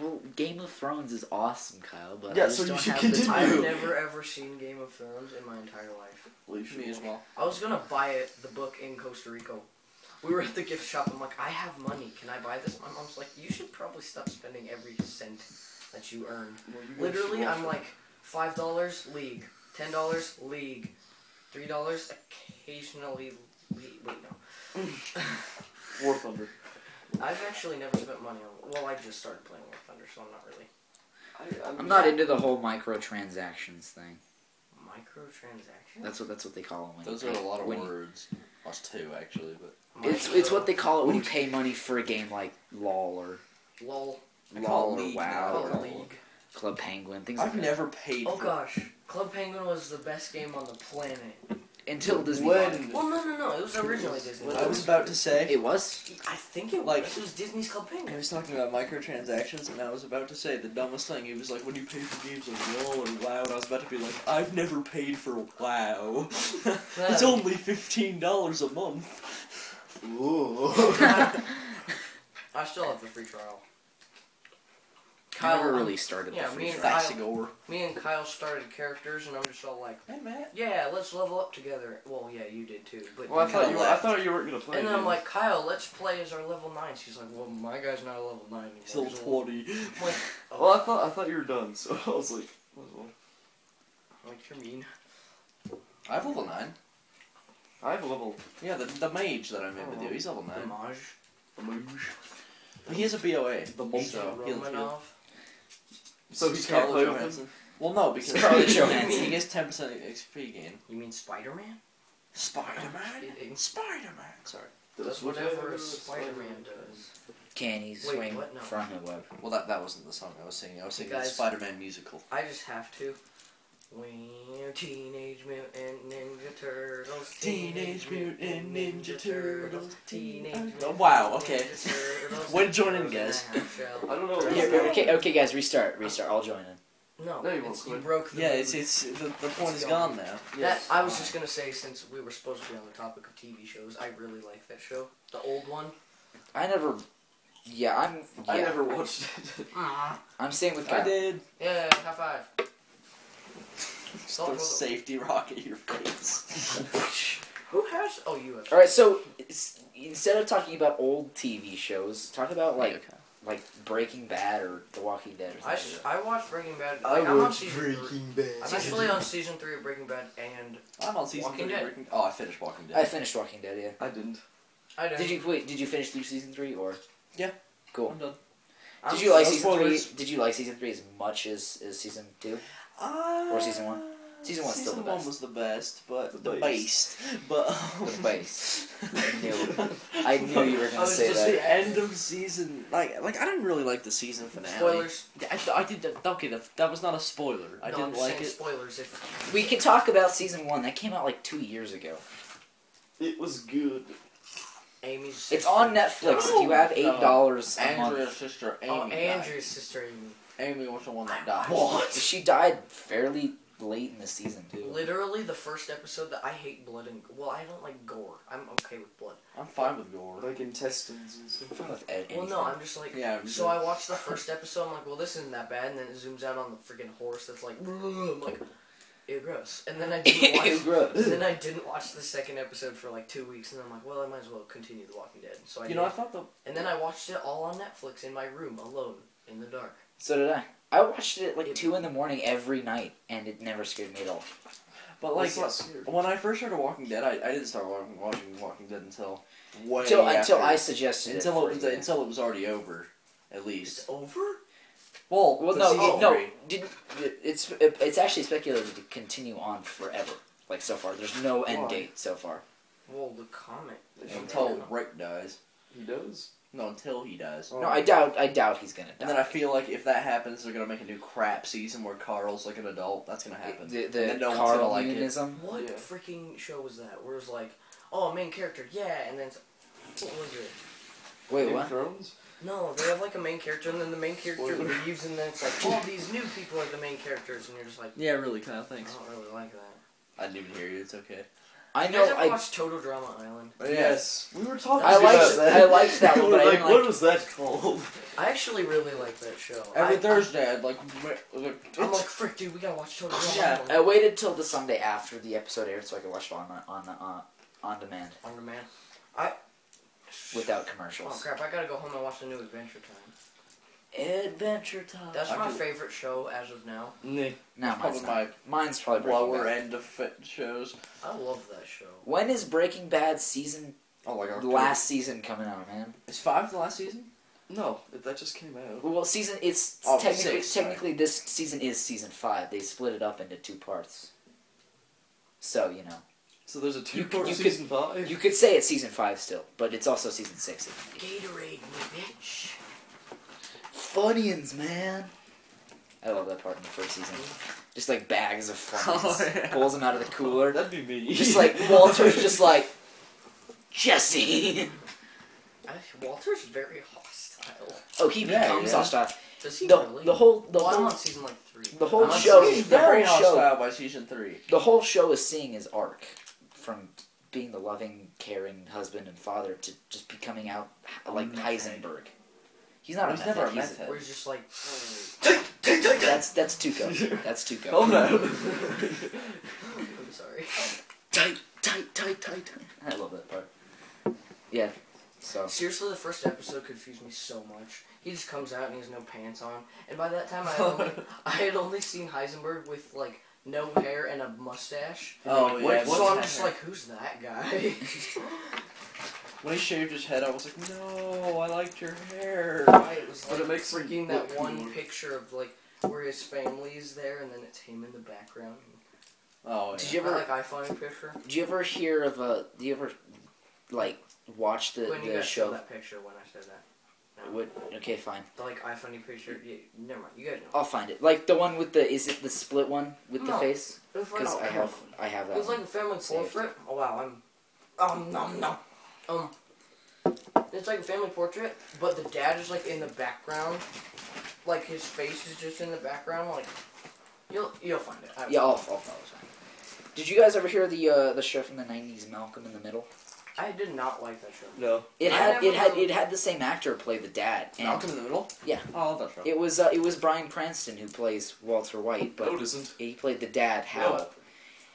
Speaker 1: Well, Game of Thrones is awesome, Kyle, but
Speaker 2: Yeah,
Speaker 1: I just
Speaker 2: so you
Speaker 1: don't
Speaker 2: should
Speaker 1: have the
Speaker 2: continue.
Speaker 1: time.
Speaker 4: I've
Speaker 2: do.
Speaker 4: never ever seen Game of Thrones in my entire life.
Speaker 2: Well, you
Speaker 5: Me as
Speaker 2: should
Speaker 5: well.
Speaker 4: I was gonna buy it, the book in Costa Rica. We were at the gift shop. I'm like, I have money. Can I buy this? My mom's like, you should probably stop spending every cent that you earn.
Speaker 2: Well, you guys
Speaker 4: Literally,
Speaker 2: should
Speaker 4: I'm
Speaker 2: watch
Speaker 4: like, five dollars league, ten dollars league, three dollars occasionally. League. Wait, no.
Speaker 2: it. War Thunder.
Speaker 4: I've actually never spent money on. Well, I just started playing War Thunder, so I'm not really.
Speaker 2: I,
Speaker 1: I'm not into the whole microtransactions thing.
Speaker 4: Microtransaction?
Speaker 1: That's what that's what they call them. When
Speaker 5: Those
Speaker 1: you
Speaker 5: are a
Speaker 1: pay,
Speaker 5: lot of
Speaker 1: when you-
Speaker 5: words. Us two actually, but
Speaker 1: It's it's what they call it when you pay money for a game like LOL or
Speaker 4: Lol.
Speaker 5: I
Speaker 1: LOL
Speaker 5: call it
Speaker 1: or
Speaker 5: League
Speaker 1: WoW
Speaker 5: now,
Speaker 1: or
Speaker 5: LOL.
Speaker 4: League.
Speaker 1: Club Penguin things like
Speaker 5: I've
Speaker 1: that.
Speaker 5: never paid.
Speaker 4: Oh
Speaker 5: for
Speaker 4: gosh, Club Penguin was the best game on the planet.
Speaker 1: until Disney. bought it.
Speaker 5: when
Speaker 4: Well, no, no, no. It was originally Disney.
Speaker 5: I was about to say,
Speaker 1: it was.
Speaker 4: I think it
Speaker 5: Like-
Speaker 4: was. It was Disney's Club
Speaker 5: I
Speaker 4: Penguin.
Speaker 5: was talking about microtransactions, and I was about to say the dumbest thing. He was like, "When you pay for games like WoW or WoW," and I was about to be like, "I've never paid for WoW. it's only fifteen dollars a month." Ooh.
Speaker 4: I still have the free trial.
Speaker 1: Kyle
Speaker 4: Kyle,
Speaker 1: really started
Speaker 4: yeah,
Speaker 1: the
Speaker 4: me
Speaker 1: free
Speaker 4: and
Speaker 1: trial.
Speaker 5: Fastigor.
Speaker 4: Me and Kyle started characters, and I'm just all like,
Speaker 5: Hey Matt.
Speaker 4: yeah, let's level up together. Well, yeah, you did too. But
Speaker 2: Well, I thought you were, I
Speaker 5: left.
Speaker 2: thought you weren't gonna play.
Speaker 4: And then I'm
Speaker 2: again.
Speaker 4: like, Kyle, let's play as our level nine. She's like, well, my guy's not a level nine anymore.
Speaker 5: It's level
Speaker 4: He's a level-"
Speaker 5: twenty.
Speaker 4: I'm like,
Speaker 2: well, I thought I thought you were done, so I was like, might as well.
Speaker 4: I'm like, you're mean.
Speaker 5: I have level nine.
Speaker 2: I have a level.
Speaker 5: Yeah, the, the mage that I'm in with you, he's level nine.
Speaker 4: Homage.
Speaker 5: Oh. But he is a BOA.
Speaker 2: The
Speaker 5: So, he'll- he'll-
Speaker 4: Romanov.
Speaker 2: So he can't play
Speaker 5: Scarlett
Speaker 2: with him.
Speaker 5: Johansson. Well, no, because
Speaker 1: Scarlett
Speaker 5: he
Speaker 1: Johansson.
Speaker 5: gets ten percent XP gain.
Speaker 4: You mean Spider-Man?
Speaker 5: Spider
Speaker 4: Kidding.
Speaker 5: Spider Man. Sorry.
Speaker 4: Does whatever a Spider-Man does.
Speaker 1: Can he
Speaker 4: Wait,
Speaker 1: swing
Speaker 4: what? No.
Speaker 1: from the web?
Speaker 5: Well, that that wasn't the song I was singing. I was singing the
Speaker 4: Guys.
Speaker 5: Spider Man musical.
Speaker 4: I just have to. We're Teenage Mutant Ninja Turtles. Teenage Mutant
Speaker 5: Wow. Okay.
Speaker 4: Ninja Turtles,
Speaker 5: When joining,
Speaker 4: Turtles in a
Speaker 5: guys.
Speaker 4: half shell.
Speaker 2: I don't know.
Speaker 1: Yeah, okay, okay, guys, restart, restart. I'll join in.
Speaker 4: No,
Speaker 2: No, you
Speaker 4: it's-
Speaker 2: won't
Speaker 4: you
Speaker 2: quit.
Speaker 4: broke the
Speaker 5: Yeah,
Speaker 4: mood.
Speaker 5: it's it's the, the point is gone now.
Speaker 4: That
Speaker 2: Yes.
Speaker 4: I was just gonna say since we were supposed to be on the topic of TV shows, I really like that show, the old one.
Speaker 1: I never. Yeah, I'm. Yeah,
Speaker 2: I never watched it.
Speaker 1: I'm staying with
Speaker 5: I
Speaker 1: Kyle.
Speaker 5: did.
Speaker 4: Yeah, high five.
Speaker 5: Just throw safety rock at your face.
Speaker 4: Who has? Oh, you have.
Speaker 1: All right, so it's, instead of talking about old TV shows, talk about like like Breaking Bad or The Walking Dead. Or
Speaker 4: I,
Speaker 1: something.
Speaker 4: s- I watched Breaking Bad. Like, I'm on season three. I'm
Speaker 5: Bad.
Speaker 4: actually on season three of Breaking Bad, and
Speaker 5: I'm on season
Speaker 4: Walking
Speaker 5: three.
Speaker 4: Dead.
Speaker 5: of Breaking- Oh, I finished Walking Dead.
Speaker 1: I finished Walking Dead. Yeah.
Speaker 2: I didn't.
Speaker 4: I don't.
Speaker 1: Did you wait? Did you finish through season three or?
Speaker 5: Yeah.
Speaker 1: Cool.
Speaker 5: I'm done.
Speaker 4: I'm
Speaker 1: did you like
Speaker 5: no
Speaker 1: season
Speaker 5: spoilers.
Speaker 1: three? Did you like season three as much as, as season two?
Speaker 5: Uh,
Speaker 1: Or season one? Season one's still
Speaker 5: season
Speaker 1: the
Speaker 5: one
Speaker 1: best.
Speaker 5: was the best, but
Speaker 2: The
Speaker 5: the, best. But um,
Speaker 1: The best. I knew- I knew you were gonna
Speaker 5: I was
Speaker 1: say
Speaker 5: just
Speaker 1: that.
Speaker 5: the end of season. Like, like I didn't really like the season finale.
Speaker 4: Spoilers.
Speaker 5: Yeah, I, I did. Okay, that, that was not a spoiler. I
Speaker 4: No, I'm
Speaker 5: didn't
Speaker 4: just
Speaker 5: like
Speaker 4: saying
Speaker 5: it.
Speaker 4: Spoilers. If
Speaker 1: We can talk about season one. That came out like two years ago.
Speaker 2: It was good.
Speaker 4: Amy's.
Speaker 1: It's on Netflix. If you have eight dollars a
Speaker 5: Andrea's
Speaker 1: month.
Speaker 5: sister Amy.
Speaker 4: Oh,
Speaker 5: died.
Speaker 4: Andrew's sister Amy.
Speaker 5: Amy was the one that died.
Speaker 1: She died fairly late in the season too.
Speaker 4: Literally the first episode that I hate blood and well, I don't like gore. I'm okay with blood.
Speaker 5: I'm fine with gore.
Speaker 2: Like intestines and
Speaker 1: I'm
Speaker 2: stuff.
Speaker 1: fine with Ed.
Speaker 4: Well, no, I'm just like.
Speaker 5: Yeah. I'm
Speaker 4: So
Speaker 5: good.
Speaker 4: I watched the first episode. I'm like, well, this isn't that bad. And then it zooms out on the freaking horse that's like, "Ugh," I'm like, ew, gross. And then I didn't watch.
Speaker 1: gross.
Speaker 4: then I didn't watch the second episode for like two weeks. And I'm like, well, I might as well continue The Walking Dead. So I
Speaker 5: You know, I
Speaker 4: did.
Speaker 5: thought the
Speaker 4: and then I watched it all on Netflix in my room alone in the dark.
Speaker 1: So did I. I watched it at like two in the morning every night, and it never scared me at all.
Speaker 5: but like
Speaker 2: This is weird.
Speaker 5: when I first started Walking Dead, I, I didn't start watching, watching Walking Dead until way
Speaker 1: Until
Speaker 5: after,
Speaker 1: until I suggested it.
Speaker 5: until
Speaker 1: for
Speaker 5: it,
Speaker 1: you.
Speaker 5: until it was already over, at
Speaker 4: It's
Speaker 5: least.
Speaker 4: over.
Speaker 5: Well,
Speaker 1: well,
Speaker 5: the
Speaker 1: no,
Speaker 5: season
Speaker 1: no,
Speaker 5: three.
Speaker 1: did, it's it's actually speculated to continue on forever. Like so far, there's no end
Speaker 2: Why?
Speaker 1: date so far.
Speaker 4: Well, the comic.
Speaker 5: until Rick dies.
Speaker 2: He does.
Speaker 5: No, until he dies.
Speaker 1: No, I doubt. I doubt he's gonna die.
Speaker 5: And then I feel like if that happens, they're gonna make a new crap season where Carl's like an adult. That's gonna happen.
Speaker 1: the
Speaker 5: And
Speaker 1: the
Speaker 5: then no one's
Speaker 1: Carl
Speaker 5: gonna like it.
Speaker 1: Newanism.
Speaker 4: What
Speaker 2: Yeah.
Speaker 4: freaking show was that? Where it was like, oh, main character, yeah, and then it's, what was it?
Speaker 1: Wait,
Speaker 2: Game
Speaker 1: what?
Speaker 2: of Thrones.
Speaker 4: No, they have like a main character, and then the main character
Speaker 2: Spoiler.
Speaker 4: leaves, and then it's like, all these new people are the main characters, and you're just like,
Speaker 5: Yeah, really, Kyle.
Speaker 4: I
Speaker 1: Oh.
Speaker 5: Thanks.
Speaker 4: don't really like that.
Speaker 5: I didn't even hear you. It's okay.
Speaker 1: I
Speaker 4: You guys
Speaker 1: know.
Speaker 4: ever
Speaker 1: I
Speaker 4: watched Total Drama Island?
Speaker 2: Yes. We were talking
Speaker 1: I
Speaker 2: about
Speaker 1: liked-
Speaker 2: that.
Speaker 1: I liked that
Speaker 2: We
Speaker 1: one,
Speaker 2: were
Speaker 1: but I
Speaker 2: like,
Speaker 1: didn't
Speaker 2: what
Speaker 1: like-
Speaker 2: was that called?
Speaker 4: I actually really like that show.
Speaker 5: Every
Speaker 4: I,
Speaker 5: Thursday, I'd like. wh- like
Speaker 4: I, am like, frick, dude, we gotta watch Total Drama
Speaker 5: Yeah.
Speaker 4: Island.
Speaker 1: I waited till the Sunday after the episode aired so I could watch it on on on, on demand
Speaker 4: On demand. I.
Speaker 1: without
Speaker 4: Oh
Speaker 1: commercials.
Speaker 4: crap! I gotta go home and watch the new Adventure Time.
Speaker 1: Adventure time.
Speaker 4: That's
Speaker 5: I
Speaker 4: my
Speaker 5: could-
Speaker 4: favorite show as of now.
Speaker 2: Nick.
Speaker 1: no,
Speaker 5: probably
Speaker 1: mine's not.
Speaker 5: my
Speaker 1: Mine's probably Breaking
Speaker 5: lower
Speaker 1: Bad.
Speaker 5: end of fit shows.
Speaker 4: I love that show.
Speaker 1: When is Breaking Bad season
Speaker 5: Oh my god.
Speaker 1: last season coming out, man?
Speaker 5: is five the last season?
Speaker 2: No, that just came out.
Speaker 1: Well, season it's
Speaker 5: Oh,
Speaker 1: technically
Speaker 5: six, sorry.
Speaker 1: technically this season is season five. They split it up into two parts. So you know
Speaker 2: So there's a
Speaker 1: You
Speaker 2: two-part
Speaker 1: could- you
Speaker 2: season five.
Speaker 1: you could say it's season five still, but it's also season six.
Speaker 4: Gatorade, me bitch.
Speaker 1: Funyuns, man. I love that part in the first season. Just like bags of flames,
Speaker 5: Oh,
Speaker 1: pulls them out of the cooler.
Speaker 2: That'd be me.
Speaker 1: Just like Walter's just like Jesse.
Speaker 4: I, Walter's very hostile.
Speaker 1: Oh, he
Speaker 5: Yeah,
Speaker 1: becomes
Speaker 5: yeah.
Speaker 1: hostile.
Speaker 4: Does he
Speaker 1: The,
Speaker 4: really?
Speaker 1: the whole the
Speaker 4: well, I'm
Speaker 1: whole
Speaker 4: on season like three.
Speaker 1: the whole
Speaker 4: I'm on
Speaker 1: show
Speaker 4: season-
Speaker 1: is the
Speaker 5: very
Speaker 1: whole show
Speaker 5: hostile by season three.
Speaker 1: the whole show is seeing his arc from being the loving, caring husband and father to just becoming out like Heisenberg. He's not a
Speaker 5: He's
Speaker 1: meth
Speaker 5: never a
Speaker 1: head,
Speaker 5: meth
Speaker 1: he's
Speaker 5: head.
Speaker 4: Where he's just like,
Speaker 1: That's that's Tuco. That's Tuco.
Speaker 2: Oh no.
Speaker 4: I'm sorry.
Speaker 1: Tight, tight, tight, tight, tight. I love that part. Yeah. So
Speaker 4: Seriously, the first episode confused me so much. He just comes out and he has no pants on, and by that time I had only, I had only seen Heisenberg with like no hair and a mustache.
Speaker 5: Oh,
Speaker 3: Wait,
Speaker 5: yeah.
Speaker 3: what's
Speaker 4: so I'm
Speaker 5: that?
Speaker 4: just like, who's that guy?
Speaker 5: When he shaved his head, I was like, no, I liked your hair.
Speaker 4: Right, it was
Speaker 2: But
Speaker 4: like
Speaker 2: it makes him
Speaker 4: freaking
Speaker 2: look
Speaker 4: that one
Speaker 2: cooler.
Speaker 4: picture of like where his family is there, and then it's him in the background.
Speaker 5: Oh,
Speaker 1: Did
Speaker 5: yeah.
Speaker 1: you ever-
Speaker 4: I like I find picture?
Speaker 1: do you ever hear of a do you ever like watch the,
Speaker 4: when you
Speaker 1: the
Speaker 4: guys saw
Speaker 1: show
Speaker 4: that picture when I said that,
Speaker 1: what okay fine.
Speaker 4: the like I funny picture. Yeah, never mind, you guys know.
Speaker 1: I'll find it. Like the one with the is it the split one with the
Speaker 4: No.
Speaker 1: face?
Speaker 4: It was right
Speaker 1: Because
Speaker 4: on
Speaker 1: I
Speaker 4: camera.
Speaker 1: have I have that
Speaker 4: It was
Speaker 1: one.
Speaker 4: like a family
Speaker 1: Saved.
Speaker 4: portrait. Oh wow, I'm. Um, nom nom. Um. It's like a family portrait, but the dad is like in the background. Like his face is just in the background. Like, you'll you'll find it. I
Speaker 1: Yeah, I'll, I'll follow that. Did you guys ever hear the uh, the show from the nineties, Malcolm in the Middle?
Speaker 4: I did not like that show.
Speaker 2: No.
Speaker 1: It
Speaker 4: I
Speaker 1: had
Speaker 4: never
Speaker 1: it had
Speaker 4: really-
Speaker 1: it had the same actor play the dad, and
Speaker 5: Malcolm in the Middle?
Speaker 1: Yeah.
Speaker 5: Oh, that's right.
Speaker 1: it was uh, it was Brian Cranston who plays Walter White, but
Speaker 2: No, it isn't.
Speaker 1: he played the dad Hal.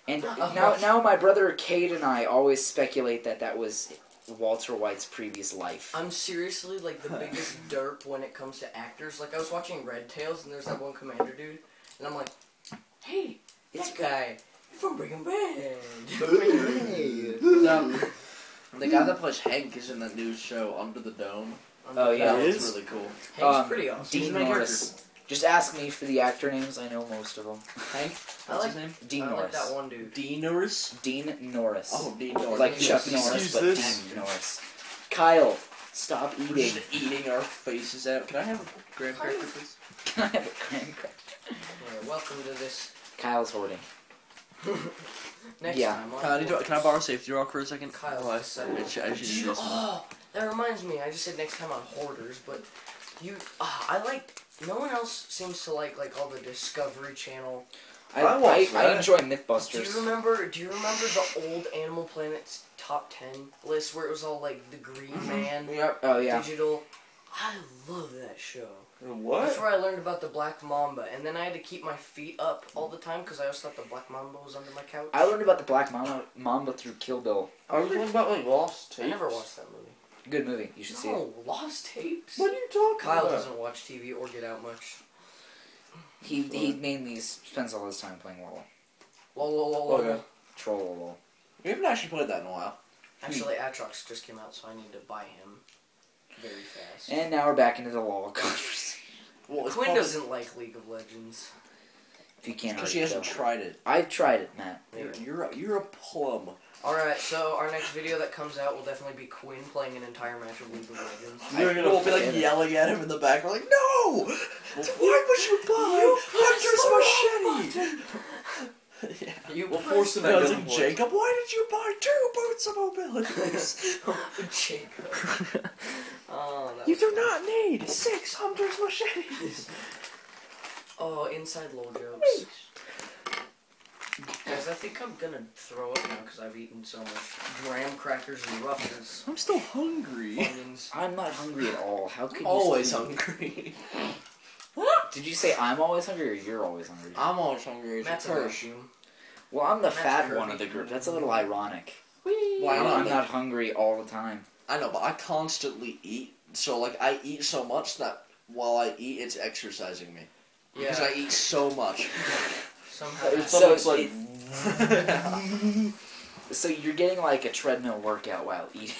Speaker 1: And
Speaker 4: Oh.
Speaker 1: now now my brother Cade and I always speculate that that was Walter White's previous life.
Speaker 4: I'm seriously like the biggest derp when it comes to actors. Like I was watching Red Tails and there's that one commander dude, and I'm like, hey,
Speaker 1: It's-
Speaker 4: that guy from Breaking Bad.
Speaker 5: Um,
Speaker 3: The guy that plays Hank is in that new show Under the Dome.
Speaker 1: Oh, yeah.
Speaker 3: that
Speaker 2: He
Speaker 3: looks
Speaker 2: is?
Speaker 3: really cool.
Speaker 4: Hank's
Speaker 1: Um,
Speaker 4: pretty awesome.
Speaker 1: Dean
Speaker 5: my character.
Speaker 1: Norris. Just ask me for the actor names. I know most of them.
Speaker 5: what's
Speaker 4: I like
Speaker 5: his name?
Speaker 1: Dean
Speaker 4: I like
Speaker 1: Norris.
Speaker 4: that one dude.
Speaker 5: Dinoris?
Speaker 1: Dean Norris.
Speaker 5: Oh, Dinoris.
Speaker 1: like
Speaker 4: Excuse
Speaker 1: Chuck Norris,
Speaker 2: this.
Speaker 1: but Dean Norris. Kyle, stop
Speaker 5: We're
Speaker 1: eating.
Speaker 5: just eating our faces out. Can I have a graham cracker, please?
Speaker 1: Can I have a graham cracker?
Speaker 4: Yeah, welcome to this.
Speaker 1: Kyle's hoarding.
Speaker 4: Next
Speaker 1: Yeah.
Speaker 4: time. on
Speaker 5: Can I, do, can I borrow safety rock for a second?
Speaker 4: Kyle.
Speaker 5: Oh, I said, I should, I should
Speaker 4: Did you-
Speaker 5: do this.
Speaker 4: oh, that reminds me. I just said next time on hoarders, but you. ah, I like. No one else seems to like like all the Discovery Channel.
Speaker 1: I,
Speaker 5: I watch
Speaker 1: I, I
Speaker 5: that.
Speaker 1: enjoy
Speaker 4: Do you
Speaker 1: Mythbusters.
Speaker 4: remember? Do you remember the old Animal Planet's top ten list where it was all like the Green Man,
Speaker 5: Yep.
Speaker 1: Oh yeah.
Speaker 4: digital? I love that show. That's
Speaker 2: What?
Speaker 4: where I learned about the black mamba, and then I had to keep my feet up all the time because I always thought the black mamba was under my couch.
Speaker 1: I learned about the Black Mamba, Mamba through Kill Bill.
Speaker 5: Are we talking about like lost
Speaker 4: I
Speaker 5: tapes?
Speaker 4: never watched that movie.
Speaker 1: Good movie. You should see it.
Speaker 4: No, Lost Tapes.
Speaker 5: What are you talking
Speaker 4: Kyle
Speaker 5: about?
Speaker 4: doesn't watch TV or get out much.
Speaker 1: He he mainly spends all his time playing Lolo.
Speaker 4: Lol, lol, lol, lol.
Speaker 5: Oh, yeah.
Speaker 1: Troll Lolo.
Speaker 5: We haven't actually played that in a while.
Speaker 4: Actually, Atrox just came out, so I need to buy him very fast.
Speaker 1: And now we're back into the Lolo conversation.
Speaker 5: Well, it's
Speaker 4: Quinn
Speaker 5: probably-
Speaker 4: doesn't like League of Legends.
Speaker 1: If you can't
Speaker 5: Because
Speaker 1: already
Speaker 5: she hasn't
Speaker 1: tell.
Speaker 5: tried it.
Speaker 1: I've tried it, Matt.
Speaker 4: Yeah.
Speaker 5: You're a, you're a plum.
Speaker 4: Alright, so our next video that comes out will definitely be Quinn playing an entire match of League of Legends.
Speaker 2: You're gonna
Speaker 5: we'll be like
Speaker 1: forget it.
Speaker 5: yelling at him in the back. We're like, no! Why would you buy Hunter's machete? yeah.
Speaker 4: You
Speaker 2: We'll force him
Speaker 5: No,
Speaker 2: out.
Speaker 5: it's like, Jacob, why did you buy two boots of mobility?
Speaker 4: Jacob. oh, that
Speaker 5: you
Speaker 4: was
Speaker 5: do
Speaker 4: fun.
Speaker 5: not need six Hunter's machetes.
Speaker 4: Oh, inside lol jokes. Guys, I think I'm gonna throw up now because I've eaten so much graham crackers and ruffles.
Speaker 5: I'm still hungry.
Speaker 4: Onions.
Speaker 1: I'm not hungry at all. How could you
Speaker 5: Always
Speaker 1: say-
Speaker 5: hungry.
Speaker 1: Did you say I'm always hungry or you're always hungry?
Speaker 5: I'm always hungry. It's
Speaker 4: That's
Speaker 5: a
Speaker 4: a
Speaker 5: curse.
Speaker 4: mushroom.
Speaker 1: Well, I'm the
Speaker 4: That's
Speaker 1: fat
Speaker 4: curvy.
Speaker 1: one of the group. That's a little ironic.
Speaker 5: Why
Speaker 1: I'm
Speaker 5: not?
Speaker 1: not hungry all the time.
Speaker 5: I know, but I constantly eat. So like, I eat so much that while I eat, it's exercising me because
Speaker 4: Yeah.
Speaker 5: I eat so much.
Speaker 4: Somehow.
Speaker 1: It's
Speaker 4: that-
Speaker 1: so-
Speaker 2: Someone's like,
Speaker 1: So you're getting like a treadmill workout while eating.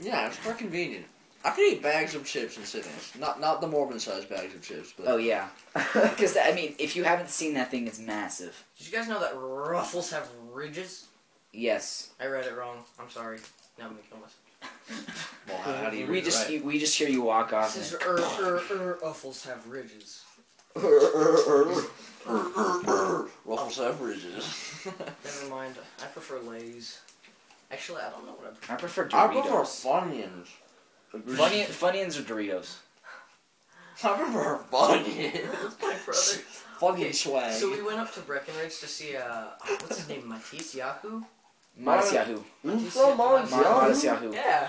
Speaker 5: Yeah, it's more convenient. I could eat bags of chips and sit-ins. Not not the Mormon sized bags of chips, but
Speaker 1: Oh yeah, because I mean, if you haven't seen that thing, it's massive.
Speaker 4: Did you guys know that ruffles have ridges?
Speaker 1: Yes,
Speaker 4: I read it wrong. I'm sorry. Now I'm gonna kill myself.
Speaker 5: well, how, how do you
Speaker 1: we
Speaker 5: read it
Speaker 1: just
Speaker 5: right?
Speaker 4: er,
Speaker 1: you, we just hear you walk off.
Speaker 4: This is
Speaker 1: and-
Speaker 4: er er er ruffles have ridges.
Speaker 5: Ruffles averages.
Speaker 4: Never mind. I prefer Lay's. Actually, I don't know what I prefer.
Speaker 1: I prefer
Speaker 5: I prefer
Speaker 1: Doritos.
Speaker 5: Funyuns.
Speaker 1: Funny, Funyuns or Doritos?
Speaker 5: I prefer Funyuns.
Speaker 4: My brother.
Speaker 5: Funyun swag.
Speaker 4: So we went up to Breckenridge to see, uh, what's his name, Matisse Yahoo?
Speaker 1: Modest
Speaker 5: Mine-
Speaker 1: Yahoo.
Speaker 5: Ufa Mons,
Speaker 1: Mod-
Speaker 4: Yahoo?
Speaker 1: Modest Yahoo.
Speaker 4: Yeah.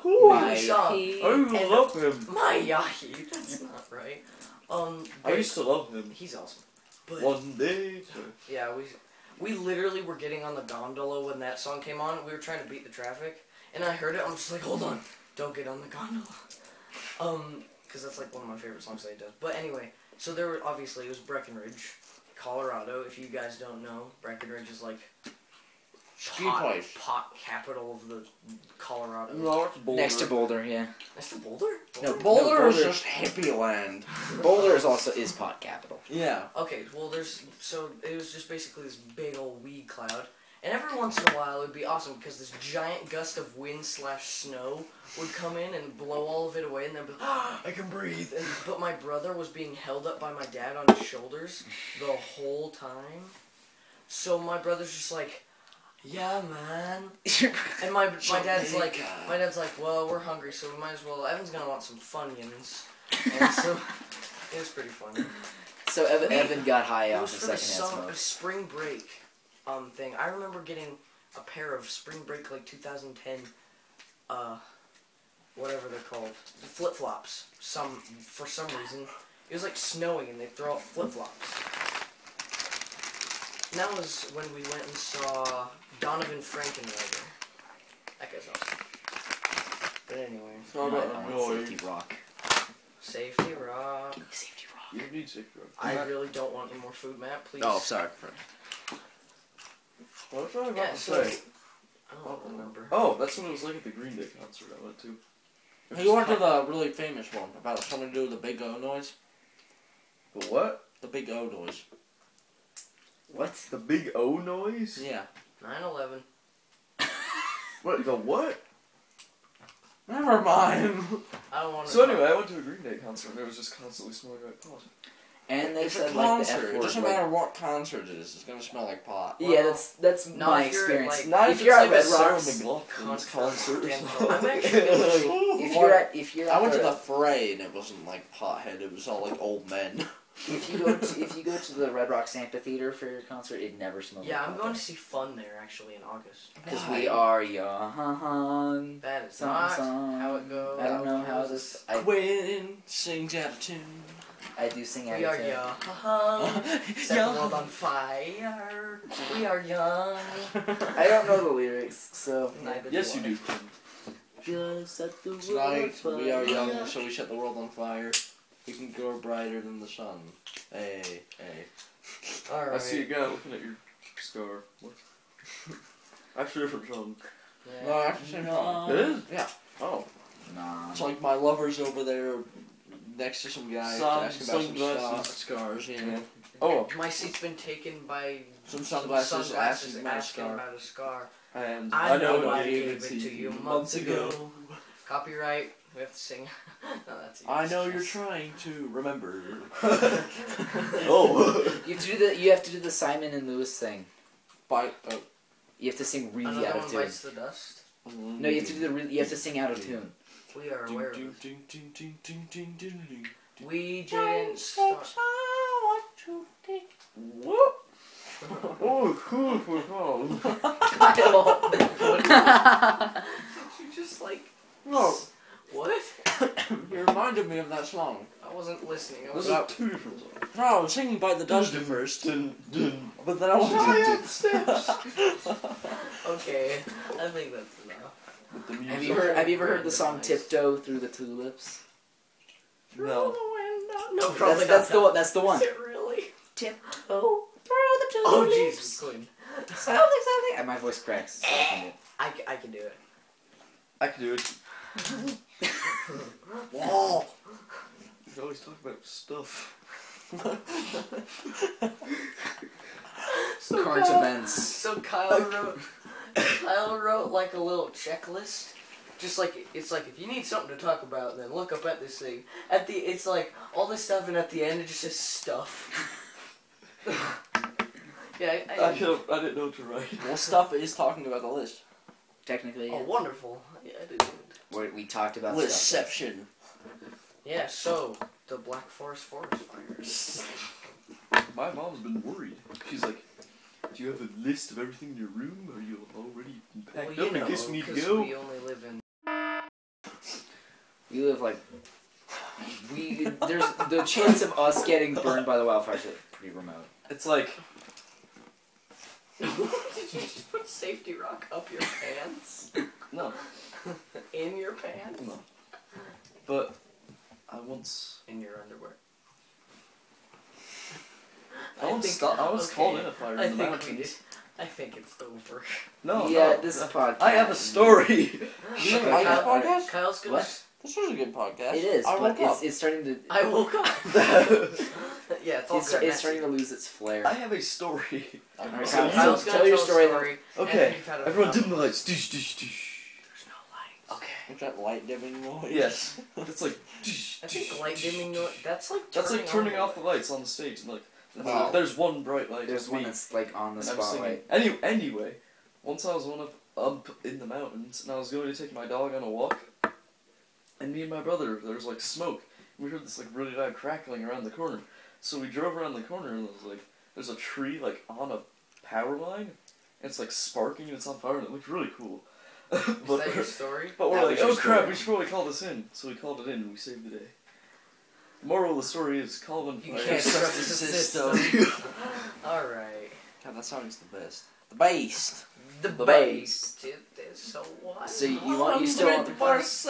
Speaker 5: Cool.
Speaker 1: My-
Speaker 4: Shaw.
Speaker 2: I love him.
Speaker 4: My Yahi. That's not right. Um,
Speaker 2: I used to love him.
Speaker 4: he's awesome. But,
Speaker 2: One day.
Speaker 4: yeah, we, we literally were getting on the gondola when that song came on. We were trying to beat the traffic. And I heard it, I'm just like, hold on, don't get on the gondola. Um, because that's like one of my favorite songs that he does. But anyway, so there were, obviously, it was Breckenridge, Colorado. If you guys don't know, Breckenridge is like
Speaker 5: Ski
Speaker 4: pot,
Speaker 5: place.
Speaker 4: pot capital of the Colorado.
Speaker 2: No, it's Boulder.
Speaker 1: Next to Boulder, yeah.
Speaker 4: That's the Boulder?
Speaker 1: No,
Speaker 5: Boulder,
Speaker 1: No,
Speaker 5: is
Speaker 1: Boulder-
Speaker 5: just hippie land.
Speaker 1: Boulder is also is pot capital.
Speaker 5: Yeah.
Speaker 4: Okay, well, there's so it was just basically this big old weed cloud, and every once in a while it would be awesome because this giant gust of wind slash snow would come in and blow all of it away, and then be like, "Ah, I can breathe. And, but my brother was being held up by my dad on his shoulders the whole time, so my brother's just like, "Yeah, man," and my my dad's like,
Speaker 5: Jamaica.
Speaker 4: my dad's like, "Well, we're hungry, so we might as well." Evan's gonna want some funyuns, and so it was pretty funny.
Speaker 1: so Evan, Evan got high
Speaker 4: It
Speaker 1: off
Speaker 4: was
Speaker 1: the
Speaker 4: for the
Speaker 1: secondhand
Speaker 4: summer,
Speaker 1: smoke.
Speaker 4: spring break um, thing. I remember getting a pair of spring break like 2010, uh, whatever they're called, flip flops. Some for some reason it was like snowing and they throw out flip flops. And that was when we went and saw Donovan Frankenreiter. That guy's awesome. But anyway,
Speaker 1: I
Speaker 2: No, no,
Speaker 1: want- I
Speaker 2: no,
Speaker 1: want
Speaker 2: you-
Speaker 1: safety rock.
Speaker 4: safety rock.
Speaker 1: Give me safety rock.
Speaker 2: You need to grow.
Speaker 4: I really don't want any more food, Matt. Please.
Speaker 5: Oh, sorry.
Speaker 2: What was I about
Speaker 4: Yeah,
Speaker 2: to
Speaker 4: so-
Speaker 2: say?
Speaker 4: I don't remember.
Speaker 2: Oh, that's when it was like at the Green Day concert I went to. It was
Speaker 5: Who went to
Speaker 2: just-
Speaker 5: the really famous one about something to do with the big O noise?
Speaker 2: The what?
Speaker 5: The big O noise.
Speaker 1: What?
Speaker 2: The Big O noise?
Speaker 5: Yeah.
Speaker 4: 9/11.
Speaker 2: What? The what?
Speaker 5: Never mind.
Speaker 4: I don't want to.
Speaker 2: So anyway, I went to a Green Day concert and it was just constantly smelling like pot.
Speaker 1: And they
Speaker 5: it's a
Speaker 1: said like the F
Speaker 5: concert.
Speaker 1: word.
Speaker 5: it doesn't
Speaker 1: like-
Speaker 5: matter what concert it is. It's gonna smell like pot.
Speaker 1: yeah, that's that's
Speaker 4: Not
Speaker 1: my
Speaker 4: if you're,
Speaker 1: experience.
Speaker 4: like-
Speaker 2: Not
Speaker 1: if you're at Red
Speaker 2: a Sarah
Speaker 1: Rocks,
Speaker 2: McLachlan's
Speaker 4: concert.
Speaker 2: concert.
Speaker 4: Damn, I'm actually gonna-
Speaker 1: if you're at if you're at
Speaker 5: I went to
Speaker 1: the-
Speaker 5: the fray and it wasn't like pothead. It was all like old men.
Speaker 1: if you go to, if you go to the Red Rocks amphitheater for your concert, it never smells.
Speaker 4: Yeah,
Speaker 1: like
Speaker 4: I'm going to see Fun there actually in August.
Speaker 1: because we are young.
Speaker 4: That is
Speaker 1: Some
Speaker 4: not
Speaker 1: song.
Speaker 4: how it goes.
Speaker 1: I don't know how this. I
Speaker 5: Quinn sings out of tune.
Speaker 1: I do sing
Speaker 4: We are
Speaker 1: attitude.
Speaker 4: young. Set the world
Speaker 5: yeah.
Speaker 4: on fire. We are young.
Speaker 1: I don't know the lyrics, so
Speaker 4: Neither
Speaker 2: Yes, you
Speaker 4: I.
Speaker 2: do.
Speaker 1: just set the
Speaker 5: Tonight
Speaker 1: world
Speaker 5: we are
Speaker 1: on
Speaker 5: young,
Speaker 1: fire.
Speaker 5: so we set the world on fire. We can grow brighter than the sun. Hey, hey.
Speaker 4: All right.
Speaker 2: I see a guy looking at your scar. What? Actually, different song.
Speaker 4: Yeah.
Speaker 5: No, actually no.
Speaker 2: It is.
Speaker 5: Yeah.
Speaker 2: Oh.
Speaker 1: Nah.
Speaker 5: It's like my lover's over there next to some guy
Speaker 2: Sun-
Speaker 5: asking about some scar-
Speaker 2: sunglasses.
Speaker 5: scars, you know.
Speaker 2: Oh,
Speaker 4: My seat's been taken by
Speaker 5: Some
Speaker 4: some
Speaker 5: sunglasses,
Speaker 4: sunglasses
Speaker 5: asking
Speaker 4: asking,
Speaker 5: about a scar.
Speaker 4: about a scar.
Speaker 2: and
Speaker 4: I, know,
Speaker 2: what
Speaker 4: I
Speaker 2: gave
Speaker 4: gave it to you months ago. Copyright. We have to sing. no, that's
Speaker 5: I know you're trying to remember.
Speaker 2: oh.
Speaker 1: You have to do the you have to do the Simon and Lewis thing.
Speaker 5: By, oh.
Speaker 1: You have to sing really
Speaker 4: Another
Speaker 1: out
Speaker 4: one
Speaker 1: of tune.
Speaker 4: bites the dust.
Speaker 1: No, you have to do the re- you have to sing out of tune.
Speaker 4: We are aware of this.
Speaker 5: What?
Speaker 4: We didn't start.
Speaker 2: Oh, cool for song.
Speaker 4: You just like
Speaker 5: No,
Speaker 4: Oh. what?
Speaker 5: you reminded me of that song.
Speaker 4: I wasn't listening. I was
Speaker 2: Those
Speaker 4: like,
Speaker 2: are two different songs.
Speaker 5: No, I was singing by the dust at first, but then I
Speaker 2: Giant
Speaker 5: was.
Speaker 2: steps.
Speaker 4: okay. I think that's enough.
Speaker 2: With the music.
Speaker 1: Have you heard Have you ever heard the song "Tiptoe Through the Tulips"?
Speaker 2: No.
Speaker 4: No,
Speaker 1: That's,
Speaker 4: Oh, probably
Speaker 1: that's the
Speaker 4: not
Speaker 1: one. That's the
Speaker 4: that.
Speaker 1: one.
Speaker 4: Is it really?
Speaker 1: Tiptoe through the
Speaker 4: Oh jeez, Queen.
Speaker 1: Something, something. And my voice cracks. So I can do it.
Speaker 4: I, c- I can do it.
Speaker 2: I can do it.
Speaker 5: Whoa!
Speaker 2: You can always talk about stuff.
Speaker 4: So
Speaker 1: Current
Speaker 4: Kyle,
Speaker 1: events.
Speaker 4: so Kyle wrote. Kyle wrote like a little checklist Just like it's like if you need something to talk about, then look up at this thing. At the it's like all this stuff, and at the end it just says stuff. yeah, I,
Speaker 2: I,
Speaker 4: I,
Speaker 2: could've- I didn't know what to write.
Speaker 5: Well, stuff is talking about the list.
Speaker 1: Technically,
Speaker 4: oh
Speaker 1: yeah.
Speaker 4: wonderful. Yeah, I did.
Speaker 1: Where we talked about stuff.
Speaker 5: Listception.
Speaker 4: yeah. So the Black Forest forest fires.
Speaker 2: My mom's been worried. She's like, "Do you have a list of everything in your room? Are you already packed
Speaker 4: Well, you
Speaker 2: up
Speaker 4: know,
Speaker 2: in case we need to
Speaker 4: 'cause
Speaker 2: go?"
Speaker 4: we only live in.
Speaker 1: We live like we. There's the chance of us getting burned by the wildfires is pretty remote.
Speaker 2: It's like
Speaker 4: Did you just put safety rock up your pants?
Speaker 2: no,
Speaker 4: In your pants?
Speaker 2: No. but I once
Speaker 4: In your underwear.
Speaker 2: I, once sto- I once
Speaker 4: okay,
Speaker 2: called in a fire
Speaker 4: I
Speaker 2: in the
Speaker 4: think we
Speaker 2: mountains.
Speaker 4: I think it's over.
Speaker 2: No,
Speaker 1: yeah,
Speaker 2: no,
Speaker 1: this
Speaker 2: no.
Speaker 1: podcast.
Speaker 2: I have a story.
Speaker 1: You
Speaker 2: Shut
Speaker 1: don't like
Speaker 2: up.
Speaker 1: this podcast?
Speaker 4: Kyle's gonna.
Speaker 1: What?
Speaker 4: s-
Speaker 5: This was a good podcast.
Speaker 1: It is,
Speaker 5: I
Speaker 1: but
Speaker 5: woke
Speaker 1: it's,
Speaker 5: up.
Speaker 1: it's starting to.
Speaker 4: I woke up. yeah, it's all
Speaker 1: It's,
Speaker 4: good.
Speaker 1: it's starting to lose its flair.
Speaker 2: I have a story.
Speaker 1: Alright,
Speaker 2: so
Speaker 1: Kyle, Kyle,
Speaker 2: you-
Speaker 4: Kyle's gonna tell your story.
Speaker 1: then.
Speaker 2: Okay,
Speaker 4: you've had
Speaker 2: everyone
Speaker 4: enough.
Speaker 2: dim the lights. Dish, dish, dish.
Speaker 4: There's no lights.
Speaker 5: What's that light dimming noise?
Speaker 2: Yes, that's like.
Speaker 4: I think light dimming. No, that's like.
Speaker 2: That's like turning
Speaker 4: on
Speaker 2: off the lights on the stage. And like,
Speaker 1: Wow.
Speaker 2: there's one bright light.
Speaker 1: There's
Speaker 2: it's
Speaker 1: one
Speaker 2: me.
Speaker 1: that's like on the
Speaker 2: And I'm singing.
Speaker 1: spotlight.
Speaker 2: Any, anyway, once I was one up, up in the mountains and I was going to take my dog on a walk, and me and my brother, there was like smoke. And we heard this like really loud crackling around the corner. So we drove around the corner and it was like, there's a tree like on a power line, and it's like sparking and it's on fire and it looked really cool. but,
Speaker 4: Is that your
Speaker 2: we're,
Speaker 4: story?
Speaker 2: but we're
Speaker 1: That
Speaker 2: like,
Speaker 1: was your
Speaker 2: oh crap,
Speaker 1: story."
Speaker 2: we should probably call this in. So we called it in and we saved the day. Moral of the story is call them
Speaker 4: You
Speaker 2: fires.
Speaker 4: can't trust the
Speaker 5: system.
Speaker 4: system. all right.
Speaker 5: God, that song is the best. The best.
Speaker 4: The,
Speaker 1: The
Speaker 4: bass. Oh, did this, So what?
Speaker 1: So you want you still want the
Speaker 4: the bass.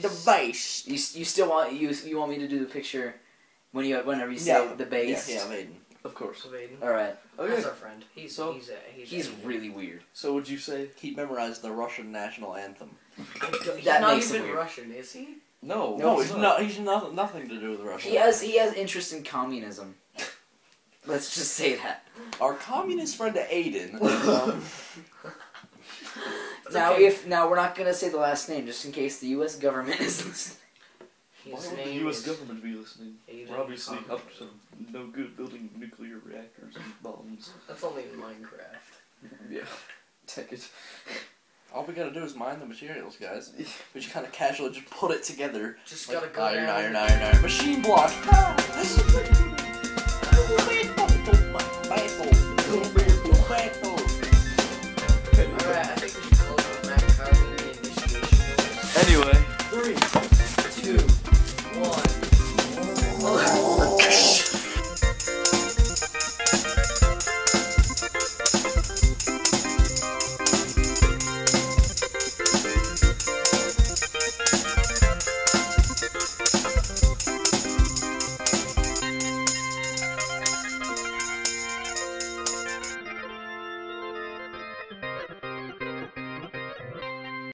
Speaker 5: The best.
Speaker 1: You, s- you still want you you want me to do the picture when you whenever you say
Speaker 5: Yeah.
Speaker 1: the bass.
Speaker 5: Yeah, yeah, Maiden.
Speaker 2: Of course.
Speaker 4: Vaden.
Speaker 1: All right.
Speaker 2: Okay.
Speaker 4: That's our friend. He's
Speaker 2: So-
Speaker 4: he's a, he's,
Speaker 1: Oh, He's
Speaker 4: a,
Speaker 1: really weird.
Speaker 2: So would you say
Speaker 5: He memorized the Russian national anthem.
Speaker 4: I don't- he's
Speaker 1: That
Speaker 4: not
Speaker 1: makes him
Speaker 4: even
Speaker 1: weird.
Speaker 4: Russian, is he?
Speaker 2: No,
Speaker 5: No,
Speaker 2: it's
Speaker 5: he's not. He's not, nothing to do with Russia.
Speaker 1: He has he has interest in communism. Let's just say that.
Speaker 5: Our communist friend Aiden. um,
Speaker 1: Now
Speaker 4: Okay.
Speaker 1: if now we're not gonna say the last name just in case the U.S. government is listening.
Speaker 2: Why
Speaker 4: His
Speaker 2: would the
Speaker 4: name
Speaker 2: U.S.
Speaker 4: is
Speaker 2: government be listening?
Speaker 4: Aiden
Speaker 2: We're obviously
Speaker 4: Conrad.
Speaker 2: up to no good building nuclear reactors and bombs.
Speaker 4: That's only in Minecraft.
Speaker 2: Yeah, take it.
Speaker 5: all we gotta do is mine the materials, guys. We just kind of casually just put it together.
Speaker 4: Just
Speaker 5: Like,
Speaker 4: gotta go
Speaker 5: iron,
Speaker 4: down.
Speaker 5: iron, iron, iron, machine block.